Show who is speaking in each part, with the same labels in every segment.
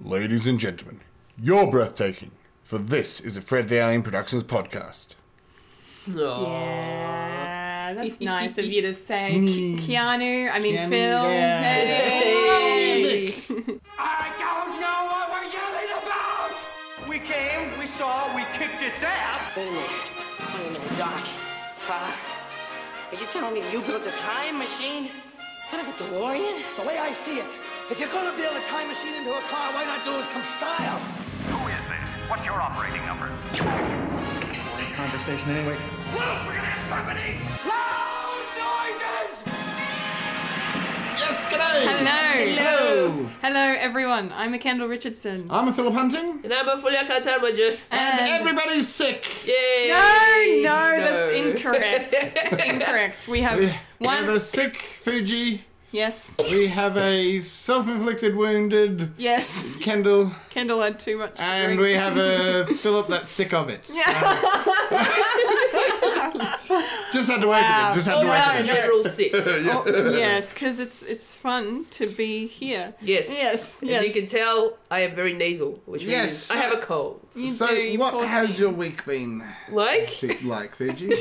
Speaker 1: Ladies and gentlemen, you're breathtaking, for this is a Fred the Alien Productions podcast.
Speaker 2: Yeah, that's nice of you to say. Ke- Keanu, I mean
Speaker 1: Keanu,
Speaker 2: Phil.
Speaker 1: yeah.
Speaker 2: Hey.
Speaker 3: I don't know what we're yelling about!
Speaker 4: We came, we saw, we kicked its ass.
Speaker 5: finished. I know, Doc. Father, are you telling me you built a time machine? Kind of a DeLorean?
Speaker 4: The way I see it, if you're gonna build a time machine into a car, why not do it some style?
Speaker 6: Who is this? What's your operating number?
Speaker 7: conversation anyway.
Speaker 3: Well, we're gonna have company! Loud noises!
Speaker 1: Yes, g'day!
Speaker 2: Hello.
Speaker 1: Hello.
Speaker 2: Hello, everyone. I'm a Kendall Richardson.
Speaker 1: I'm a Philip Hunting,
Speaker 8: And I'm a full Akatar Major.
Speaker 1: and
Speaker 2: And-
Speaker 1: everybody's sick!
Speaker 8: Yay!
Speaker 2: no, no, that's incorrect. It's incorrect. We have
Speaker 1: We have
Speaker 2: one.
Speaker 1: a sick Fuji,
Speaker 2: Yes,
Speaker 1: we have a self-inflicted wounded
Speaker 2: yes.
Speaker 1: Kendall,
Speaker 2: Kendall had too much. To
Speaker 1: and
Speaker 2: drink.
Speaker 1: we have a Philip that's sick of it. Just had to wait for
Speaker 2: Wow.
Speaker 1: it, just had
Speaker 8: All
Speaker 1: to wait for
Speaker 8: round
Speaker 1: it.
Speaker 8: general sick.
Speaker 2: Oh, yes, because it's it's fun to be here.
Speaker 8: Yes.
Speaker 2: Yes,
Speaker 8: As
Speaker 2: yes.
Speaker 8: you can tell, I am very nasal, which means
Speaker 1: Yes.
Speaker 8: I have a cold.
Speaker 2: You
Speaker 1: So,
Speaker 2: do. You
Speaker 1: what
Speaker 2: poor
Speaker 1: has
Speaker 2: thing.
Speaker 1: your week been
Speaker 8: Like,
Speaker 1: fi- like, Fuji?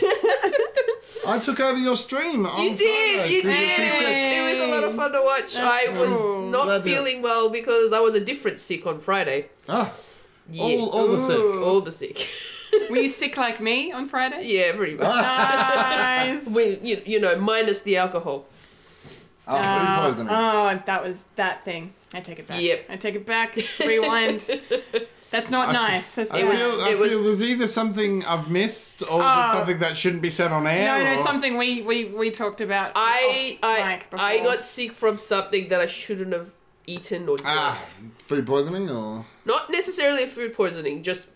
Speaker 1: I took over your stream. On
Speaker 8: you did,
Speaker 1: Friday,
Speaker 8: you
Speaker 1: 'cause you're
Speaker 8: did.
Speaker 1: too
Speaker 8: It was,
Speaker 1: sick.
Speaker 8: it was a lot of fun to watch. I was
Speaker 2: cool.
Speaker 8: not
Speaker 1: Glad you-
Speaker 8: feeling well because I was a different sick on Friday.
Speaker 1: Ah,
Speaker 8: Yeah.
Speaker 1: all, all the sick.
Speaker 8: All the sick.
Speaker 2: Were you sick like me on Friday?
Speaker 8: yeah, pretty much.
Speaker 1: Ah.
Speaker 2: Nice.
Speaker 8: We, you, you know, minus the alcohol.
Speaker 1: Oh, food
Speaker 2: Uh,
Speaker 1: poisoning.
Speaker 2: oh, and that was that thing. I take it back.
Speaker 8: Yep.
Speaker 2: I take it back. Rewind. That's not nice. That's
Speaker 1: I
Speaker 2: bad.
Speaker 1: feel, I
Speaker 8: it was- Uh,
Speaker 1: feel there's either something I've missed or there's
Speaker 2: Oh.
Speaker 1: something that shouldn't be said on air.
Speaker 2: no, no,
Speaker 1: or-
Speaker 2: something we we we talked about.
Speaker 8: I,
Speaker 2: off
Speaker 8: I,
Speaker 2: mic
Speaker 8: I
Speaker 2: Oh, before.
Speaker 8: got sick from something that I shouldn't have eaten or drank.
Speaker 1: Ah, food poisoning or
Speaker 8: Not necessarily food poisoning, just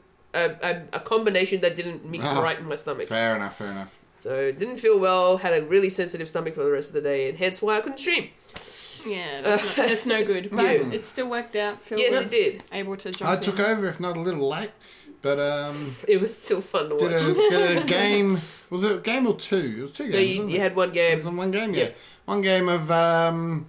Speaker 8: a, a, a combination that didn't mix
Speaker 1: Ah.
Speaker 8: right in my stomach.
Speaker 1: fair enough, fair enough.
Speaker 8: So didn't feel well, had a really sensitive stomach for the rest of the day, and hence why I couldn't stream.
Speaker 2: Yeah, that's, not, that's no good. But
Speaker 8: Yeah.
Speaker 2: it still worked out. Phil
Speaker 8: Yes, it
Speaker 2: was
Speaker 8: did.
Speaker 2: Able to jump.
Speaker 1: I took
Speaker 2: in.
Speaker 1: over, if not a little late, but um,
Speaker 8: It was still fun to
Speaker 1: did
Speaker 8: watch.
Speaker 1: a, did a game. Was it a game or two? It was two games.
Speaker 8: So you,
Speaker 1: wasn't
Speaker 8: you
Speaker 1: it?
Speaker 8: had one
Speaker 1: It was
Speaker 8: game.
Speaker 1: on one game, yeah.
Speaker 8: Yeah.
Speaker 1: One game of um,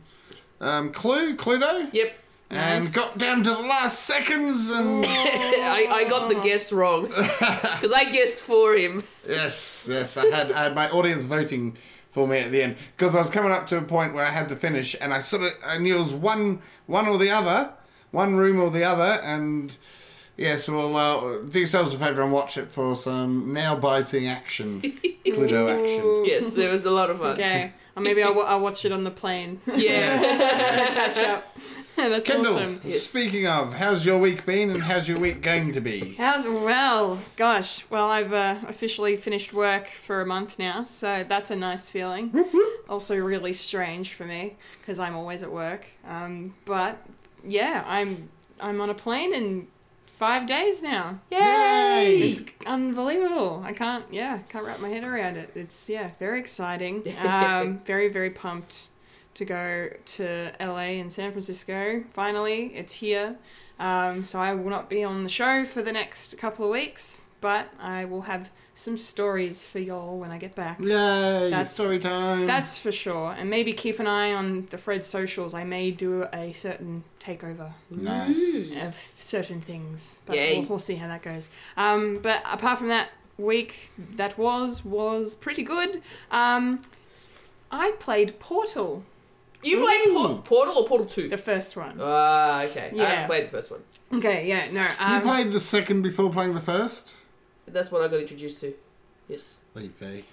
Speaker 1: um, Clue, Cluedo,
Speaker 8: Yep.
Speaker 1: and
Speaker 2: Nice.
Speaker 1: got down to the last seconds, and
Speaker 8: I, I got the guess wrong because I guessed for him.
Speaker 1: yes, yes, I had I had my audience voting for me at the end because I was coming up to a point where I had to finish, and I sort of I knew it was one one or the other, one room or the other, and. Yes, well, uh, do yourselves a favour and watch it for some nail biting action, Cluedo action.
Speaker 8: Yes, it was a lot of fun.
Speaker 2: Okay. Or maybe I'll, wa- I'll watch it on the plane.
Speaker 8: Yeah.
Speaker 2: Catch up. That's
Speaker 1: Kendall,
Speaker 2: awesome.
Speaker 1: speaking of, how's your week been and how's your week going to be?
Speaker 2: How's well? Gosh, well, I've uh, officially finished work for a month now, so that's a nice feeling. Also, really strange for me because I'm always at work. Um, but yeah, I'm I'm on a plane in five days now.
Speaker 1: Yay!
Speaker 2: It's unbelievable. I can't yeah can't wrap my head around it. It's yeah very exciting. Um, very very pumped to go to LA and San Francisco. Finally, it's here. Um, so I will not be on the show for the next couple of weeks, but I will have some stories for y'all when I get back.
Speaker 1: Yay!
Speaker 2: That's-
Speaker 1: story time.
Speaker 2: That's for sure. And maybe keep an eye on the Fred socials. I may do a certain takeover
Speaker 1: nice.
Speaker 2: of certain things. But
Speaker 8: Yay.
Speaker 2: we'll, we'll see how that goes. Um, but apart from that week, that was was pretty good. Um, I played Portal,
Speaker 8: You played
Speaker 1: Ooh.
Speaker 8: Por- Portal or Portal Two?
Speaker 2: the first one.
Speaker 8: Ah, okay. I
Speaker 2: Yeah.
Speaker 8: haven't played the first one.
Speaker 2: Okay, yeah, no.
Speaker 1: you
Speaker 2: Um,
Speaker 1: played the second before playing the first.
Speaker 8: That's what I got introduced to. Yes,
Speaker 1: Leafy.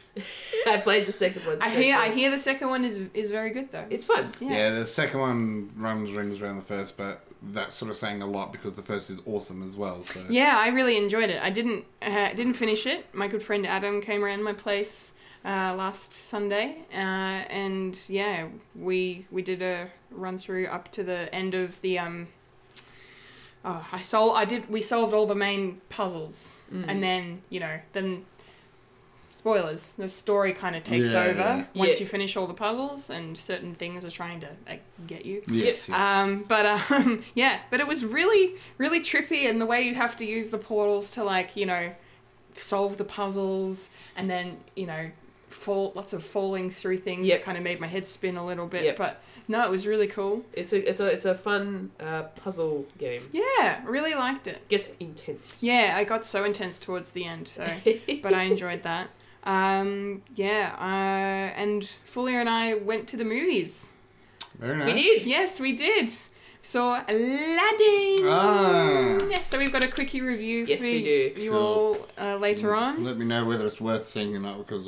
Speaker 8: I played the second one.
Speaker 2: I hear I hear the second one is is very good though.
Speaker 8: It's fun.
Speaker 1: Yeah. the second one runs rings around the first, but that's sort of saying a lot because the first is awesome as well. So.
Speaker 2: Yeah, I really enjoyed it. I didn't uh, didn't finish it. My good friend Adam came around my place uh, last Sunday, uh, and yeah, we we did a run through up to the end of the um. Oh, I sol- I did. We solved all the main puzzles, and then you know, then spoilers. The story kind of takes
Speaker 1: Yeah.
Speaker 2: over once
Speaker 8: Yeah.
Speaker 2: you finish all the puzzles, and certain things are trying to like, get you.
Speaker 1: Yes. yes.
Speaker 2: Um, but um, yeah, but it was really, really trippy, and the way you have to use the portals to like, you know, solve the puzzles, and then you know, fall, lots of falling through things
Speaker 8: Yep.
Speaker 2: that kind of made my head spin a little bit.
Speaker 8: Yep.
Speaker 2: But no, it was really cool.
Speaker 8: It's a it's a it's a fun uh, puzzle game.
Speaker 2: Yeah, really liked it.
Speaker 8: Gets intense.
Speaker 2: Yeah, I got so intense towards the end, so but I enjoyed that. Um, yeah, uh, and Fulia and I went to the movies.
Speaker 1: Very nice.
Speaker 8: We did.
Speaker 2: Yes, we did. Saw Aladdin.
Speaker 1: Ah.
Speaker 2: Yeah, so we've got a quickie review
Speaker 8: Yes,
Speaker 2: for
Speaker 8: we do.
Speaker 2: you
Speaker 1: Cool.
Speaker 2: all uh, later on.
Speaker 1: Let me know whether it's worth seeing or not because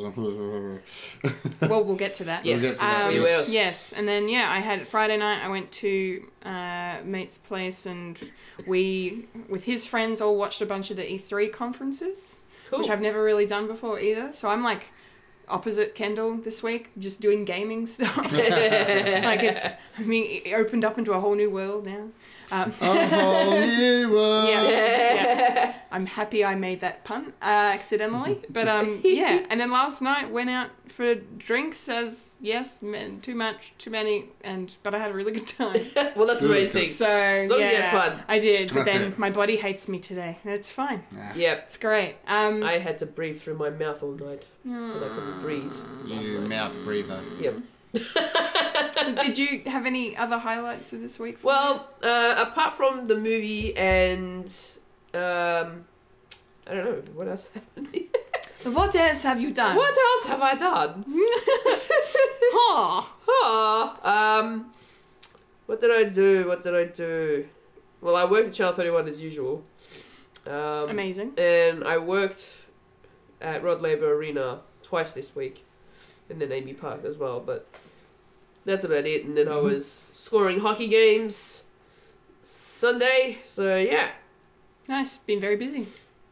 Speaker 2: well, we'll get to that. Um,
Speaker 8: Yes,
Speaker 1: We'll get to
Speaker 8: Um,
Speaker 1: that,
Speaker 8: we
Speaker 1: yes.
Speaker 8: will.
Speaker 2: Yes, and then yeah, I had Friday night. I went to uh, mate's place, and we, with his friends, all watched a bunch of the E three conferences,
Speaker 8: Cool.
Speaker 2: which I've never really done before either. So I'm like opposite Kendall this week, just doing gaming stuff. like it's, I mean, it opened up into a whole new world now. Um,
Speaker 1: a whole new world.
Speaker 2: yeah, yeah. I'm happy I made that pun uh, accidentally, but um, yeah. And then last night went out for drinks as yes, men, too much, too many, and but I had a really good time.
Speaker 8: well, that's the main
Speaker 1: Good, good.
Speaker 8: thing.
Speaker 2: So as
Speaker 8: long
Speaker 2: yeah,
Speaker 8: as you had fun.
Speaker 2: I did. But
Speaker 1: That's
Speaker 2: then
Speaker 1: it.
Speaker 2: my body hates me today. It's fine.
Speaker 8: yep.
Speaker 2: It's great. Um,
Speaker 8: I had to breathe through my mouth all night because I couldn't breathe.
Speaker 1: Mm. You mouth breather.
Speaker 8: Yep.
Speaker 2: did you have any other highlights of this week? for
Speaker 8: Well, uh, apart from the movie and um, I don't know what else happened.
Speaker 2: you? what else have you done?
Speaker 8: what else have I done?
Speaker 2: Huh.
Speaker 8: Huh. Um, what did I do? What did I do? Well, I worked at Channel Thirty One as usual. Um,
Speaker 2: Amazing.
Speaker 8: And I worked at Rod Laver Arena twice this week, and then Amy Park as well. But that's about it. And then
Speaker 2: Mm-hmm.
Speaker 8: I was scoring hockey games Sunday. So yeah,
Speaker 2: Nice. Been very busy.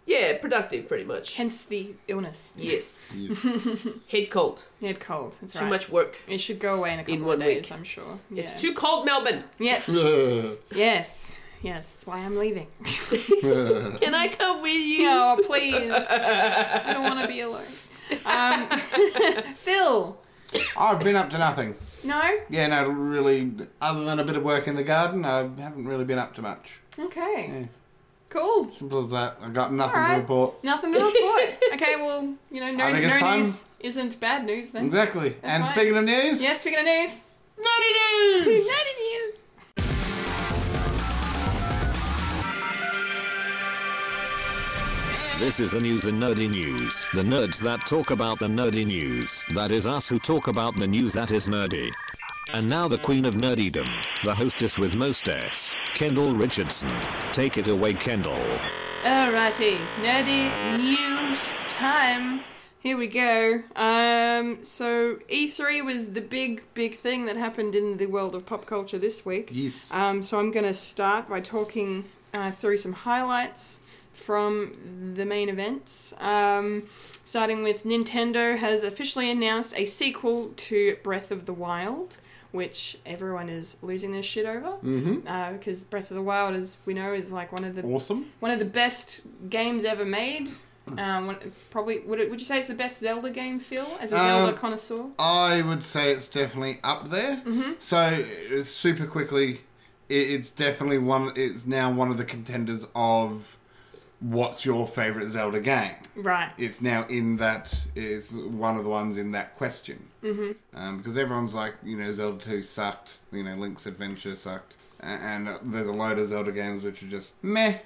Speaker 8: yeah, productive pretty much.
Speaker 2: Hence the illness.
Speaker 8: yes,
Speaker 1: Yes.
Speaker 8: head cold.
Speaker 2: You had cold. That's
Speaker 8: Too
Speaker 2: right.
Speaker 8: much work.
Speaker 2: It should go away in a couple
Speaker 8: one
Speaker 2: of days,
Speaker 8: week.
Speaker 2: I'm sure.
Speaker 8: It's
Speaker 2: Yeah.
Speaker 8: too cold, Melbourne.
Speaker 2: Yeah.
Speaker 1: Ugh.
Speaker 2: Yes. Yes. That's why I'm leaving.
Speaker 8: Can I come with you?
Speaker 2: oh, please. I don't want to be alone. Um, Phil.
Speaker 1: I've been up to nothing.
Speaker 2: No?
Speaker 1: Yeah, no, really. Other than a bit of work in the garden, I haven't really been up to much.
Speaker 2: Okay. Cool.
Speaker 1: Simple as that. I've got nothing
Speaker 2: All
Speaker 1: to
Speaker 2: right.
Speaker 1: report.
Speaker 2: Nothing to report. okay, well, you know, no,
Speaker 1: I think it's
Speaker 2: no
Speaker 1: time.
Speaker 2: news isn't bad news then.
Speaker 1: Exactly. and
Speaker 2: right.
Speaker 1: speaking of news,
Speaker 2: Yes, speaking of news.
Speaker 1: naughty news.
Speaker 2: Naughty news.
Speaker 7: This is the news in nerdy news. The nerds that talk about the nerdy news. That is us who talk about the news that is nerdy. And now the queen of nerdydom, the hostess with most S, Kendall Richardson. Take it away, Kendall.
Speaker 2: Alrighty, nerdy news time. Here we go. Um, so E3 was the big, big thing that happened in the world of pop culture this week.
Speaker 1: Yes.
Speaker 2: Um, so I'm going to start by talking uh, through some highlights from the main events. Um, starting with Nintendo has officially announced a sequel to Breath of the Wild, which everyone is losing their shit over mm-hmm. uh, because Breath of the Wild, as we know, is like one of the
Speaker 1: Awesome.
Speaker 2: one of the best games ever made. Um, one- probably would it, would you say it's the best Zelda game, Phil, as a Zelda
Speaker 1: Um,
Speaker 2: connoisseur?
Speaker 1: I would say it's definitely up there. Mm-hmm. So uh, super quickly, i- it's definitely one. It's now one of the contenders of what's your favorite Zelda game.
Speaker 2: Right.
Speaker 1: It's now in that is one of the ones in that question. Mm-hmm. Um, because everyone's like, you know, Zelda Two sucked. You know, Link's Adventure sucked. a- And uh, there's a load of Zelda games which are just meh.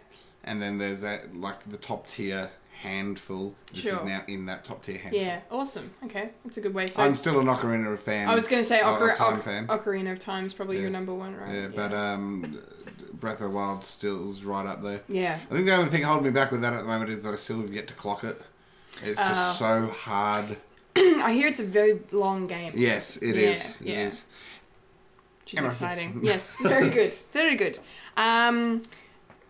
Speaker 1: And then there's that like the top tier handful. This is
Speaker 2: Sure.
Speaker 1: now in that top tier handful.
Speaker 2: Yeah. Awesome. Okay, that's a good way. So
Speaker 1: I'm still an Ocarina fan.
Speaker 2: I was going to say
Speaker 1: Oh, a
Speaker 2: Ocar-
Speaker 1: time
Speaker 2: Oc-
Speaker 1: fan.
Speaker 2: Ocarina of Time is probably your
Speaker 1: Yeah.
Speaker 2: number one, right?
Speaker 1: yeah, but um, Breath of the Wild still's right up there.
Speaker 2: Yeah.
Speaker 1: I think the only thing holding me back with that at the moment is that I still have yet to clock it. It's
Speaker 2: Uh.
Speaker 1: just so hard.
Speaker 2: I hear it's a very long game.
Speaker 1: Yes, it
Speaker 2: Yeah,
Speaker 1: is. It
Speaker 2: yeah.
Speaker 1: is.
Speaker 2: Which is
Speaker 1: Emma,
Speaker 2: exciting. Yes, very good, very good. Um,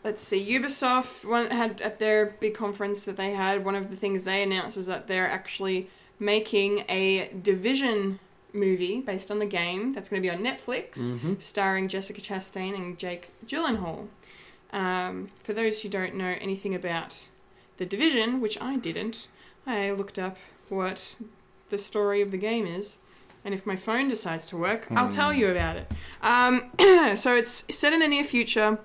Speaker 2: let's see. Ubisoft one had at their big conference that they had. One of the things they announced was that they're actually making a division movie based on the game that's going to be on Netflix,
Speaker 1: Mm-hmm.
Speaker 2: starring Jessica Chastain and Jake Gyllenhaal. Um, for those who don't know anything about the division, which I didn't, I looked up what the story of the game is. And if my phone decides to work, I'll tell you about it. Um, so it's set in the near future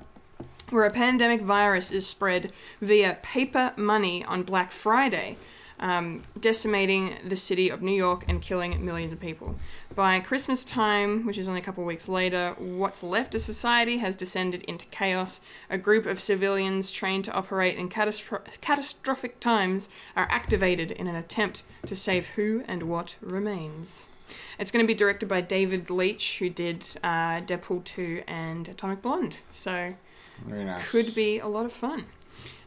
Speaker 2: where a pandemic virus is spread via paper money on Black Friday. um, decimating the city of New York and killing millions of people. By Christmas time, which is only a couple of weeks later, what's left of society has descended into chaos. A group of civilians trained to operate in catastro- catastrophic times are activated in an attempt to save who and what remains. It's going to be directed by David Leitch, who did uh, Deadpool 2 and Atomic Blonde. So,
Speaker 1: Very nice.
Speaker 2: could be a lot of fun.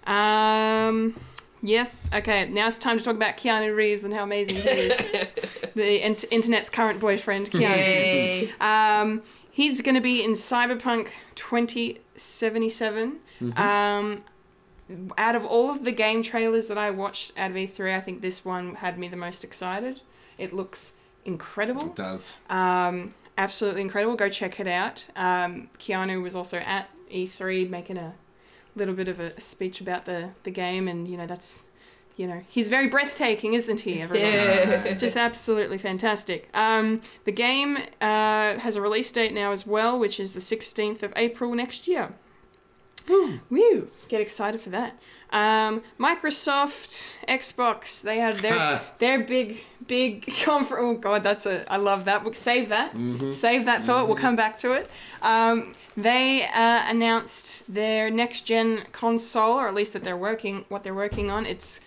Speaker 2: Um, yes. Okay. Now it's time to talk about Keanu Reeves and how amazing he is. the int- internet's current boyfriend, Keanu.
Speaker 8: Yay.
Speaker 2: Um, he's going to be in Cyberpunk 2077. Um, out of all of the game trailers that I watched out of E3, I think this one had me the most excited. It looks incredible.
Speaker 1: It does.
Speaker 2: Um, absolutely incredible. Go check it out. Um, Keanu was also at E3 making a little bit of a speech about the, the game, and you know that's you know he's very breathtaking, isn't he? Everyone, just absolutely fantastic. Um, the game uh, has a release date now as well, which is the sixteenth of April next year. Woo! Get excited for that. Um, Microsoft, Xbox, they had their their big big conference. Oh god, that's a I love that. We'll save that. Save that thought. We'll come back to it. Um, they uh, announced their next gen console, or at least that they're working what they're working on. Its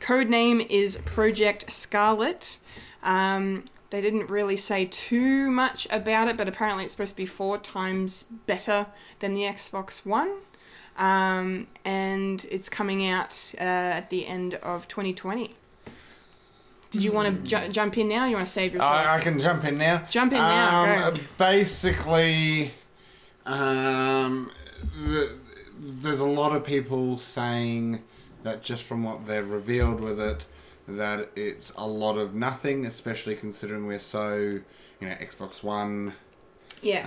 Speaker 2: code name is Project Scarlet. Um, they didn't really say too much about it, but apparently it's supposed to be four times better than the Xbox One um, and it's coming out uh, at the end of 2020. Did you want to ju- jump in now? You want to save your thoughts?
Speaker 1: Hmm. I, I can jump in now.
Speaker 2: Jump in now,
Speaker 1: Um,
Speaker 2: go.
Speaker 1: Basically, um, the, there's a lot of people saying that just from what they've revealed with it, that it's a lot of nothing, especially considering we're so, you know, Xbox One
Speaker 2: yeah.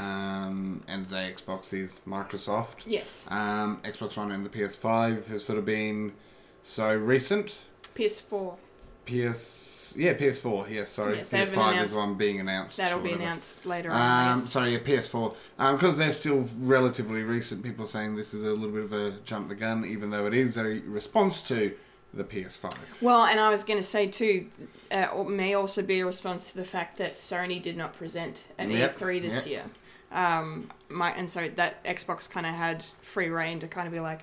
Speaker 1: um, and the Xbox is Microsoft.
Speaker 2: yes.
Speaker 1: Um, Xbox One and the PS5 have sort of been so recent.
Speaker 2: PS4.
Speaker 1: PS yeah, PS4. Yeah, sorry,
Speaker 2: Yes, they've been
Speaker 1: PS5 is
Speaker 2: announced.
Speaker 1: the one being announced.
Speaker 2: That'll
Speaker 1: or
Speaker 2: be
Speaker 1: whatever.
Speaker 2: announced later on.
Speaker 1: Um,
Speaker 2: yes.
Speaker 1: sorry, yeah, PS4. Because Um, they're still relatively recent. People saying this is a little bit of a jump the gun, even though it is a response to the PS5.
Speaker 2: Well, and I was going to say too, uh, or- may also be a response to the fact that Sony did not present at
Speaker 1: Yep,
Speaker 2: E3
Speaker 1: yep.
Speaker 2: this year. Um, my and so that Xbox kind of had free reign to kind of be like,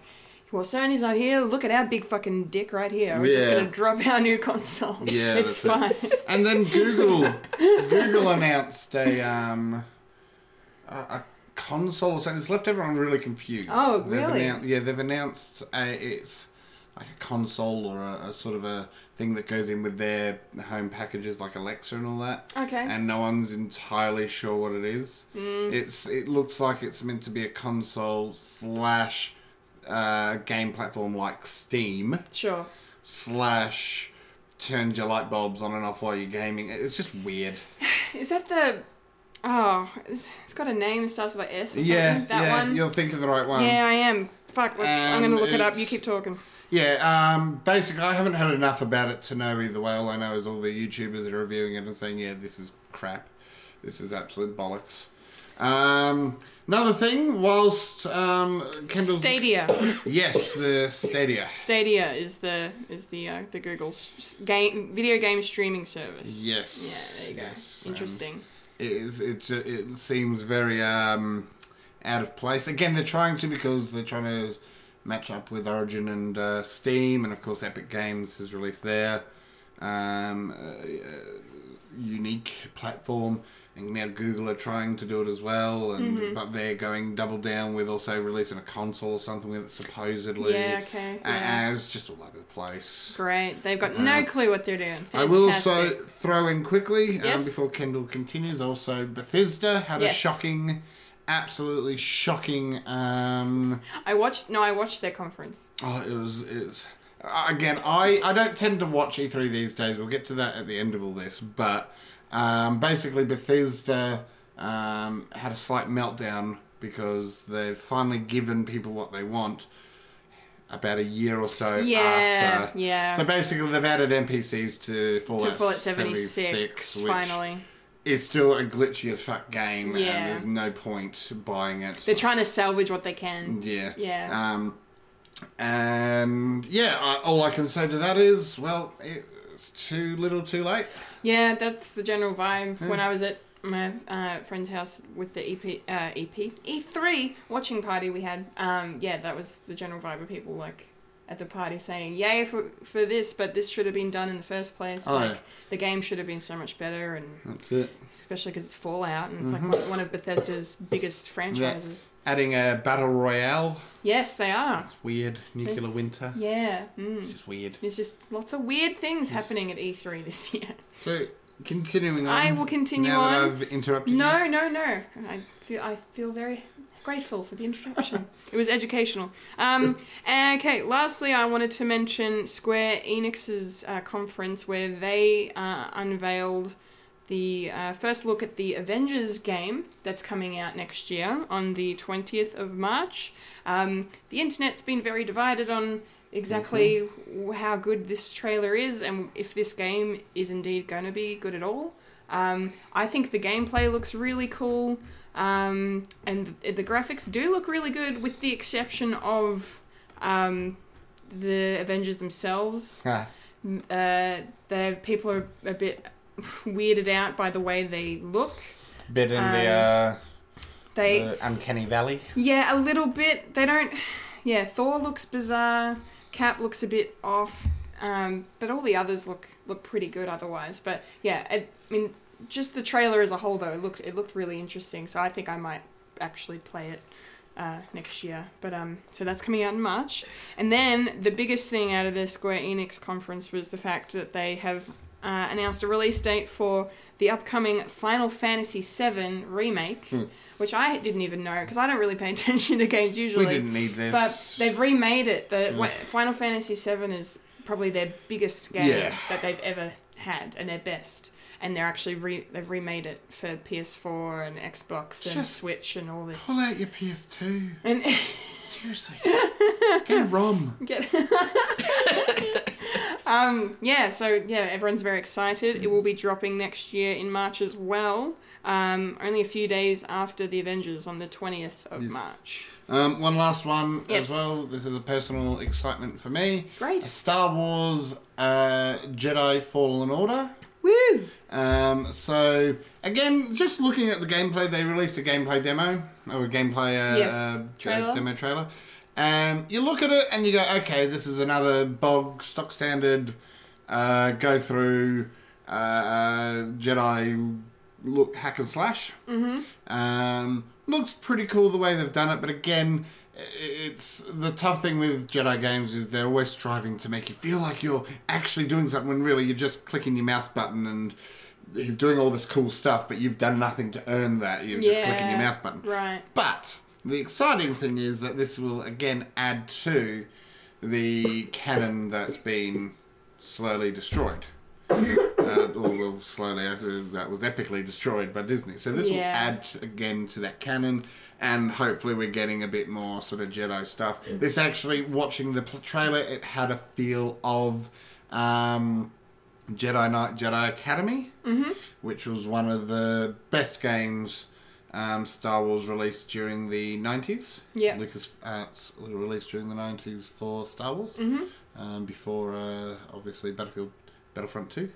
Speaker 2: well, Sony's not here. Look at our big fucking dick right here. We're just
Speaker 1: Yeah.
Speaker 2: going to drop our new console.
Speaker 1: Yeah,
Speaker 2: it's
Speaker 1: that's
Speaker 2: fine.
Speaker 1: it. And then Google, Google announced a um, a, a console or something. It's left everyone really confused.
Speaker 2: Oh,
Speaker 1: They've
Speaker 2: really?
Speaker 1: annou- yeah, they've announced a it's like a console or a, a sort of a thing that goes in with their home packages, like Alexa and all that.
Speaker 2: Okay. Mm.
Speaker 1: And no one's entirely sure what it is. It's it looks like it's meant to be a console slash uh, game platform like Steam
Speaker 2: Sure.
Speaker 1: slash turns your light bulbs on and off while you're gaming. It- It's just weird.
Speaker 2: Is that the? Oh, it's it's got a name. It starts with an S. Or something.
Speaker 1: yeah,
Speaker 2: that
Speaker 1: yeah,
Speaker 2: one.
Speaker 1: you're thinking the right one.
Speaker 2: Yeah, I am. Fuck. Let's, I'm going
Speaker 1: And
Speaker 2: to look it up. You
Speaker 1: it's-
Speaker 2: keep talking.
Speaker 1: Yeah, um, basically, I haven't heard enough about it to know either way. All I know is all the YouTubers that are reviewing it and saying, yeah, this is crap. This is absolute bollocks. Um, another thing, whilst um, Kendall's...
Speaker 2: Stadia.
Speaker 1: Yes, the Stadia.
Speaker 2: Stadia is the is the uh, the Google's s- game video game streaming service.
Speaker 1: Yes.
Speaker 2: Yeah, there you go.
Speaker 1: yes, um,
Speaker 2: Interesting.
Speaker 1: it is it ju- it seems very um out of place again they're trying to because they're trying to match up with origin and uh, steam and of course epic games has released their um uh, unique platform and now google are trying to do it as well and
Speaker 2: Mm-hmm.
Speaker 1: but they're going double down with also releasing a console or something with it supposedly
Speaker 2: Yeah, okay,
Speaker 1: A-
Speaker 2: yeah.
Speaker 1: and it's just all over the place
Speaker 2: Great. They've got no clue what they're doing. Fantastic.
Speaker 1: Uh-huh. I will also throw in quickly um,
Speaker 2: Yes.
Speaker 1: before Kendall continues. Also, Bethesda had
Speaker 2: Yes.
Speaker 1: a shocking, absolutely shocking. Um,
Speaker 2: I watched. No, I watched their conference.
Speaker 1: oh, it was it's uh, again. I I don't tend to watch E three these days. We'll get to that at the end of all this, but um, basically Bethesda um, had a slight meltdown because they've finally given people what they want. About a year or so
Speaker 2: Yeah,
Speaker 1: after.
Speaker 2: yeah.
Speaker 1: So basically, they've added NPCs to Fallout,
Speaker 2: To Fallout
Speaker 1: 76,
Speaker 2: 76
Speaker 1: which
Speaker 2: finally.
Speaker 1: it's still a glitchy as fuck game,
Speaker 2: Yeah.
Speaker 1: and there's no point buying it.
Speaker 2: They're trying to salvage what they can.
Speaker 1: yeah.
Speaker 2: Yeah.
Speaker 1: Um, And yeah, I, all I can say to that is, well, it's too little, too late.
Speaker 2: Yeah, that's the general vibe.
Speaker 1: Hmm.
Speaker 2: When I was at my uh, friend's house with the EP, uh, EP, E3 watching party we had, um, yeah, that was the general vibe of people like at the party saying, "Yay for for this," but this should have been done in the first place.
Speaker 1: Oh,
Speaker 2: like
Speaker 1: yeah. Hmm.
Speaker 2: the game should have been so much better, and
Speaker 1: That's it.
Speaker 2: especially because it's Fallout and it's
Speaker 1: Mm-hmm.
Speaker 2: like one- one of Bethesda's biggest franchises.
Speaker 1: Adding a battle royale.
Speaker 2: Yes, they are.
Speaker 1: It's weird. Nuclear winter.
Speaker 2: Yeah, mm.
Speaker 1: It's just weird.
Speaker 2: there's just lots of weird things happening at E3 this year.
Speaker 1: So continuing on.
Speaker 2: I will continue
Speaker 1: now
Speaker 2: on.
Speaker 1: that I've interrupted you.
Speaker 2: No, no, no. I feel I feel very grateful for the introduction. it was educational. Um, okay. Lastly, I wanted to mention Square Enix's uh, conference where they uh, unveiled the uh, first look at the Avengers game that's coming out next year on the 20th of March. Um, the internet's been very divided on exactly w how good this trailer is and if this game is indeed going to be good at all. Um, I think the gameplay looks really cool, um, and the, the graphics do look really good, with the exception of um, the Avengers themselves
Speaker 1: Ah,
Speaker 2: uh, they people are a bit weirded out by the way they look.
Speaker 1: bit in the,
Speaker 2: Um,
Speaker 1: uh,
Speaker 2: They
Speaker 1: the uncanny valley.
Speaker 2: yeah, a little bit. They don't. Yeah, Thor looks bizarre. Cap looks a bit off. Um, but all the others look look pretty good otherwise. But yeah, I, I mean, just the trailer as a whole though it looked it looked really interesting. So I think I might actually play it uh, next year. But um, so that's coming out in March. And then the biggest thing out of the Square Enix conference was the fact that they have uh, announced a release date for the upcoming Final Fantasy VII remake,
Speaker 1: Hmm.
Speaker 2: which I didn't even know because I don't really pay attention to games usually.
Speaker 1: didn't need this. Hmm.
Speaker 2: But they've remade it. The wa- Final Fantasy VII is probably their biggest game
Speaker 1: Yeah.
Speaker 2: that they've ever had and their best. And they're actually re- they've remade it for PS4 and Xbox and
Speaker 1: Just
Speaker 2: Switch and all this.
Speaker 1: Pull out your PS2.
Speaker 2: And
Speaker 1: Seriously. Get a ROM.
Speaker 2: get um yeah so yeah everyone's very excited it will be dropping next year in march as well um only a few days after the avengers on the 20th of
Speaker 1: Yes.
Speaker 2: march
Speaker 1: Um, one last one as
Speaker 2: Yes.
Speaker 1: well. This is a personal excitement for me.
Speaker 2: Great.
Speaker 1: Star Wars uh, Jedi Fallen Order.
Speaker 2: woo
Speaker 1: Um, so again, just looking at the gameplay, they released a gameplay demo or a gameplay uh,
Speaker 2: Yes,
Speaker 1: uh,
Speaker 2: trailer.
Speaker 1: demo trailer, and you look at it and you go, okay, this is another bog stock standard uh, go through uh, uh, Jedi look hack and slash. Mm-hmm. Um, looks pretty cool the way they've done it, but again. i- It's the tough thing with Jedi games is they're always striving to make you feel like you're actually doing something when really you're just clicking your mouse button and he's doing all this cool stuff, but you've done nothing to earn that. You're just clicking your
Speaker 2: Yeah,
Speaker 1: mouse button.
Speaker 2: right.
Speaker 1: But the exciting thing is that this will again add to the canon that's been slowly destroyed. uh, or well, slowly, uh, that was epically destroyed by Disney. So this will
Speaker 2: Yeah.
Speaker 1: add again to that canon, and hopefully we're getting a bit more sort of Jedi stuff. This actually, watching the pl- trailer, it had a feel of um, Jedi Knight Jedi Academy,
Speaker 2: Mm-hmm.
Speaker 1: which was one of the best games um, Star Wars released during the 90s.
Speaker 2: Yeah.
Speaker 1: Lucas Arts released during the 90s for Star Wars,
Speaker 2: Mm-hmm.
Speaker 1: um, before uh, obviously Battlefield Battlefront 2.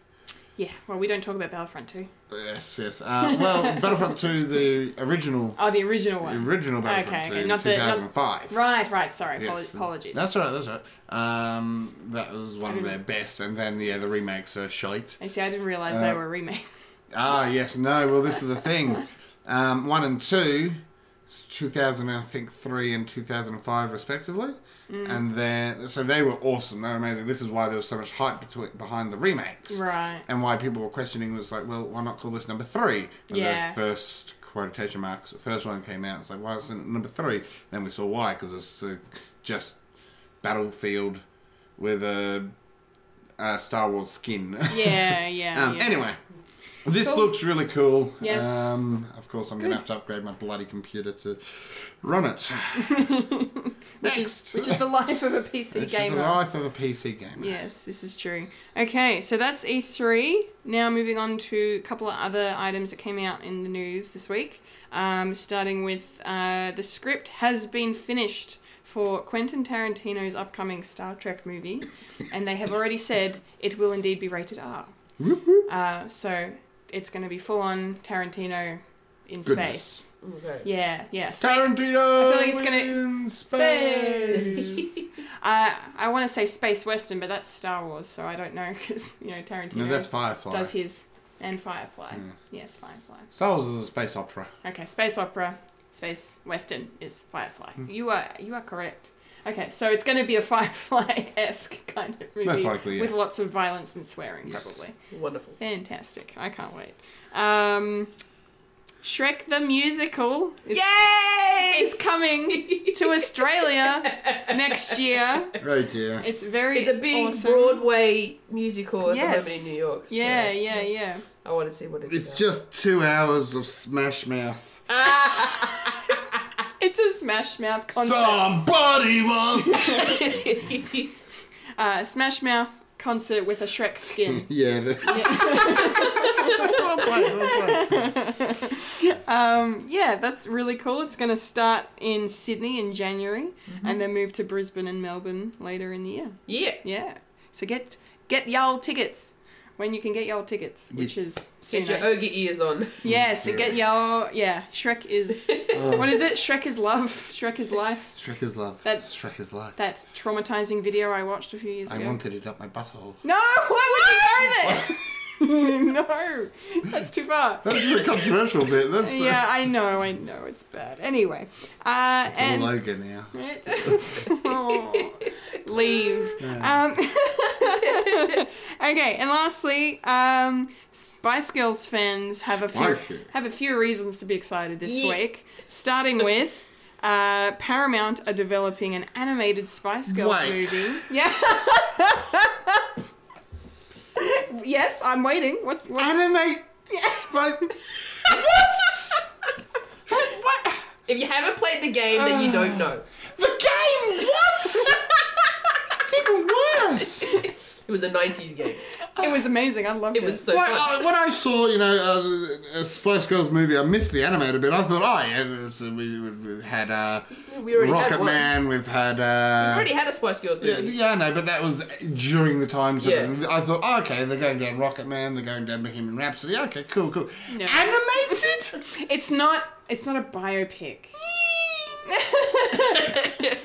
Speaker 2: yeah well we don't talk about battlefront 2
Speaker 1: Yes, yes. Uh, well, Battlefront 2, the original.
Speaker 2: oh the original one
Speaker 1: Original Battlefront 2, 2005.
Speaker 2: right right sorry apolo-
Speaker 1: Yes.
Speaker 2: apologies
Speaker 1: That's all right, that's all right. Um, that was one of their best, and then, yeah, the remakes are shite.
Speaker 2: i see i didn't realize
Speaker 1: Uh,
Speaker 2: they were remakes
Speaker 1: Ah, yes, no. Well, this is the thing. Um, one and two, it's 2000, I think, three and 2005, respectively.
Speaker 2: Mm.
Speaker 1: And then, so they were awesome. They were amazing. This is why there was so much hype between, behind the remakes.
Speaker 2: Right.
Speaker 1: And why people were questioning was like, well, why not call this number three? When
Speaker 2: Yeah.
Speaker 1: The first quotation marks, the first one came out. It's like, why isn't it number three? Then we saw why, because it's uh, just Battlefield with a, a Star Wars skin.
Speaker 2: yeah yeah,
Speaker 1: Um,
Speaker 2: yeah.
Speaker 1: Anyway, this
Speaker 2: Cool.
Speaker 1: looks really cool.
Speaker 2: Yes.
Speaker 1: Um, of course, I'm going to have to upgrade my bloody computer to run it.
Speaker 2: which is which is the life of a pc
Speaker 1: Which is
Speaker 2: gamer
Speaker 1: the life of a PC gamer.
Speaker 2: Yes, this is true. Okay, so that's E3. Now moving on to a couple of other items that came out in the news this week. Um, starting with uh, the script has been finished for Quentin Tarantino's upcoming Star Trek movie, and they have already said it will indeed be rated R. Uh, so it's going to be full on Tarantino in
Speaker 1: Goodness.
Speaker 2: space.
Speaker 8: Okay.
Speaker 2: Yeah, yeah. Space-
Speaker 1: Tarantino
Speaker 2: I feel like it's gonna-
Speaker 1: in space.
Speaker 2: Uh, I want to say space western, but that's Star Wars, so I don't know because you know Tarantino
Speaker 1: no, that's Firefly.
Speaker 2: does his and Firefly. Yes, Firefly.
Speaker 1: Star Wars is a space opera.
Speaker 2: Okay, space opera, space western is Firefly.
Speaker 1: Hmm.
Speaker 2: You are you are correct. Okay, so it's going to be a Firefly esque kind of movie,
Speaker 1: Most likely, yeah.
Speaker 2: with lots of violence and swearing,
Speaker 1: Yes.
Speaker 2: probably.
Speaker 8: Wonderful.
Speaker 2: Fantastic! I can't wait. Um, Shrek the Musical is,
Speaker 8: Yay!
Speaker 2: is coming to Australia next year.
Speaker 1: Oh dear.
Speaker 2: It's very
Speaker 8: It's a big
Speaker 2: awesome.
Speaker 8: Broadway musical at
Speaker 2: Yes.
Speaker 8: the moment in New York. so
Speaker 2: Yeah, yeah, yeah.
Speaker 8: I want to see what it's,
Speaker 1: It's
Speaker 8: about.
Speaker 1: just two hours of smash mouth.
Speaker 2: It's a Smash Mouth concert.
Speaker 1: Somebody wants.
Speaker 2: Uh, Smash Mouth concert with a Shrek skin.
Speaker 1: yeah. The... Well played, well played.
Speaker 2: Um, yeah, that's really cool. It's going to start in Sydney in January and then move to Brisbane and Melbourne later in the year.
Speaker 8: yeah.
Speaker 2: Yeah. So get get y'all tickets when you can get y'all tickets, which
Speaker 1: Yes.
Speaker 2: is soon. eh?
Speaker 8: Get your ogre ears on.
Speaker 2: yeah, so get y'all. Yeah, Shrek is. what is it? Shrek is love. Shrek is life.
Speaker 1: Shrek is love.
Speaker 2: That's-
Speaker 1: Shrek is life.
Speaker 2: That traumatizing video I watched a few years
Speaker 1: I
Speaker 2: ago.
Speaker 1: wanted it up my butthole.
Speaker 2: No, why would you go there? no, that's too far.
Speaker 1: That's the controversial bit. That's the...
Speaker 2: Yeah, I know, I know, it's bad. Anyway, uh,
Speaker 1: It's
Speaker 2: and
Speaker 1: all over now.
Speaker 2: Oh, leave. Um, okay, and lastly, um, Spice Girls fans have a few
Speaker 1: Spice Girls.
Speaker 2: have a few reasons to be excited this
Speaker 8: Yeah.
Speaker 2: week. Starting with. Uh, Paramount are developing an animated Spice Girls
Speaker 1: Wait.
Speaker 2: movie. Yeah. yes, I'm waiting. What's what?
Speaker 1: Animate. Yes, but
Speaker 8: If you haven't played the game, then you don't know.
Speaker 1: the game. What? it's even worse.
Speaker 8: It was a 90s game.
Speaker 2: It was amazing. I loved it.
Speaker 8: It was so
Speaker 1: When
Speaker 8: fun.
Speaker 1: I, uh, when I saw, you know, uh, a Spice Girls movie, I missed the animated bit. I thought, oh, yeah, this- we, we've had uh,
Speaker 8: we already had
Speaker 1: Rocket
Speaker 8: one.
Speaker 1: Man, we've had. Uh,
Speaker 8: I already had a Spice Girls
Speaker 1: yeah,
Speaker 8: movie.
Speaker 1: yeah, no, but that was during the times. of-
Speaker 8: Yeah.
Speaker 1: I thought, oh, okay, they're going down Rocket Man, they're going down Bohemian Rhapsody. Okay, cool, cool.
Speaker 2: No.
Speaker 1: Animated?
Speaker 2: It's not. It's not a biopic.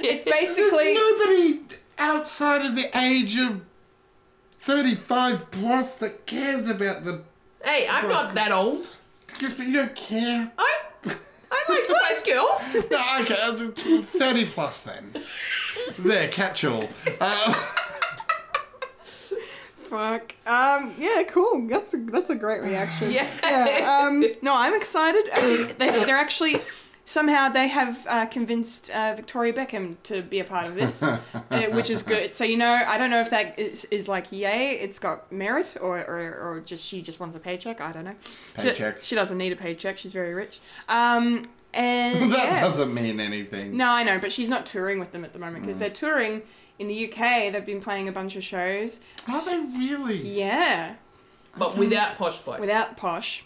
Speaker 2: it's basically.
Speaker 1: There's nobody outside of the age of 35 plus that cares about the.
Speaker 8: Hey, I'm not that old.
Speaker 1: Yes, but you don't care.
Speaker 8: I, I like Spice Girls.
Speaker 1: No, okay, I'll do t- 30 plus then. There, catch all. Uh,
Speaker 2: Fuck. Um. Yeah. Cool. That's a that's a great reaction.
Speaker 8: Yeah.
Speaker 2: Um. No, I'm excited. Uh, they, they're actually somehow they have uh, convinced uh, Victoria Beckham to be a part of this, uh, which is good. So you know, I don't know if that is, is like yay, it's got merit, or, or or just she just wants a paycheck. I don't know. She-
Speaker 1: Paycheck.
Speaker 2: She, doesn't need a paycheck. She's very rich. Um. And
Speaker 1: that
Speaker 2: yeah.
Speaker 1: doesn't Mm. mean anything.
Speaker 2: No, I know, but she's not touring with them at the moment because they're touring in the UK. They've been playing a bunch of shows.
Speaker 1: Are they really?
Speaker 2: Yeah,
Speaker 8: But without Posh Spice.
Speaker 2: without Posh.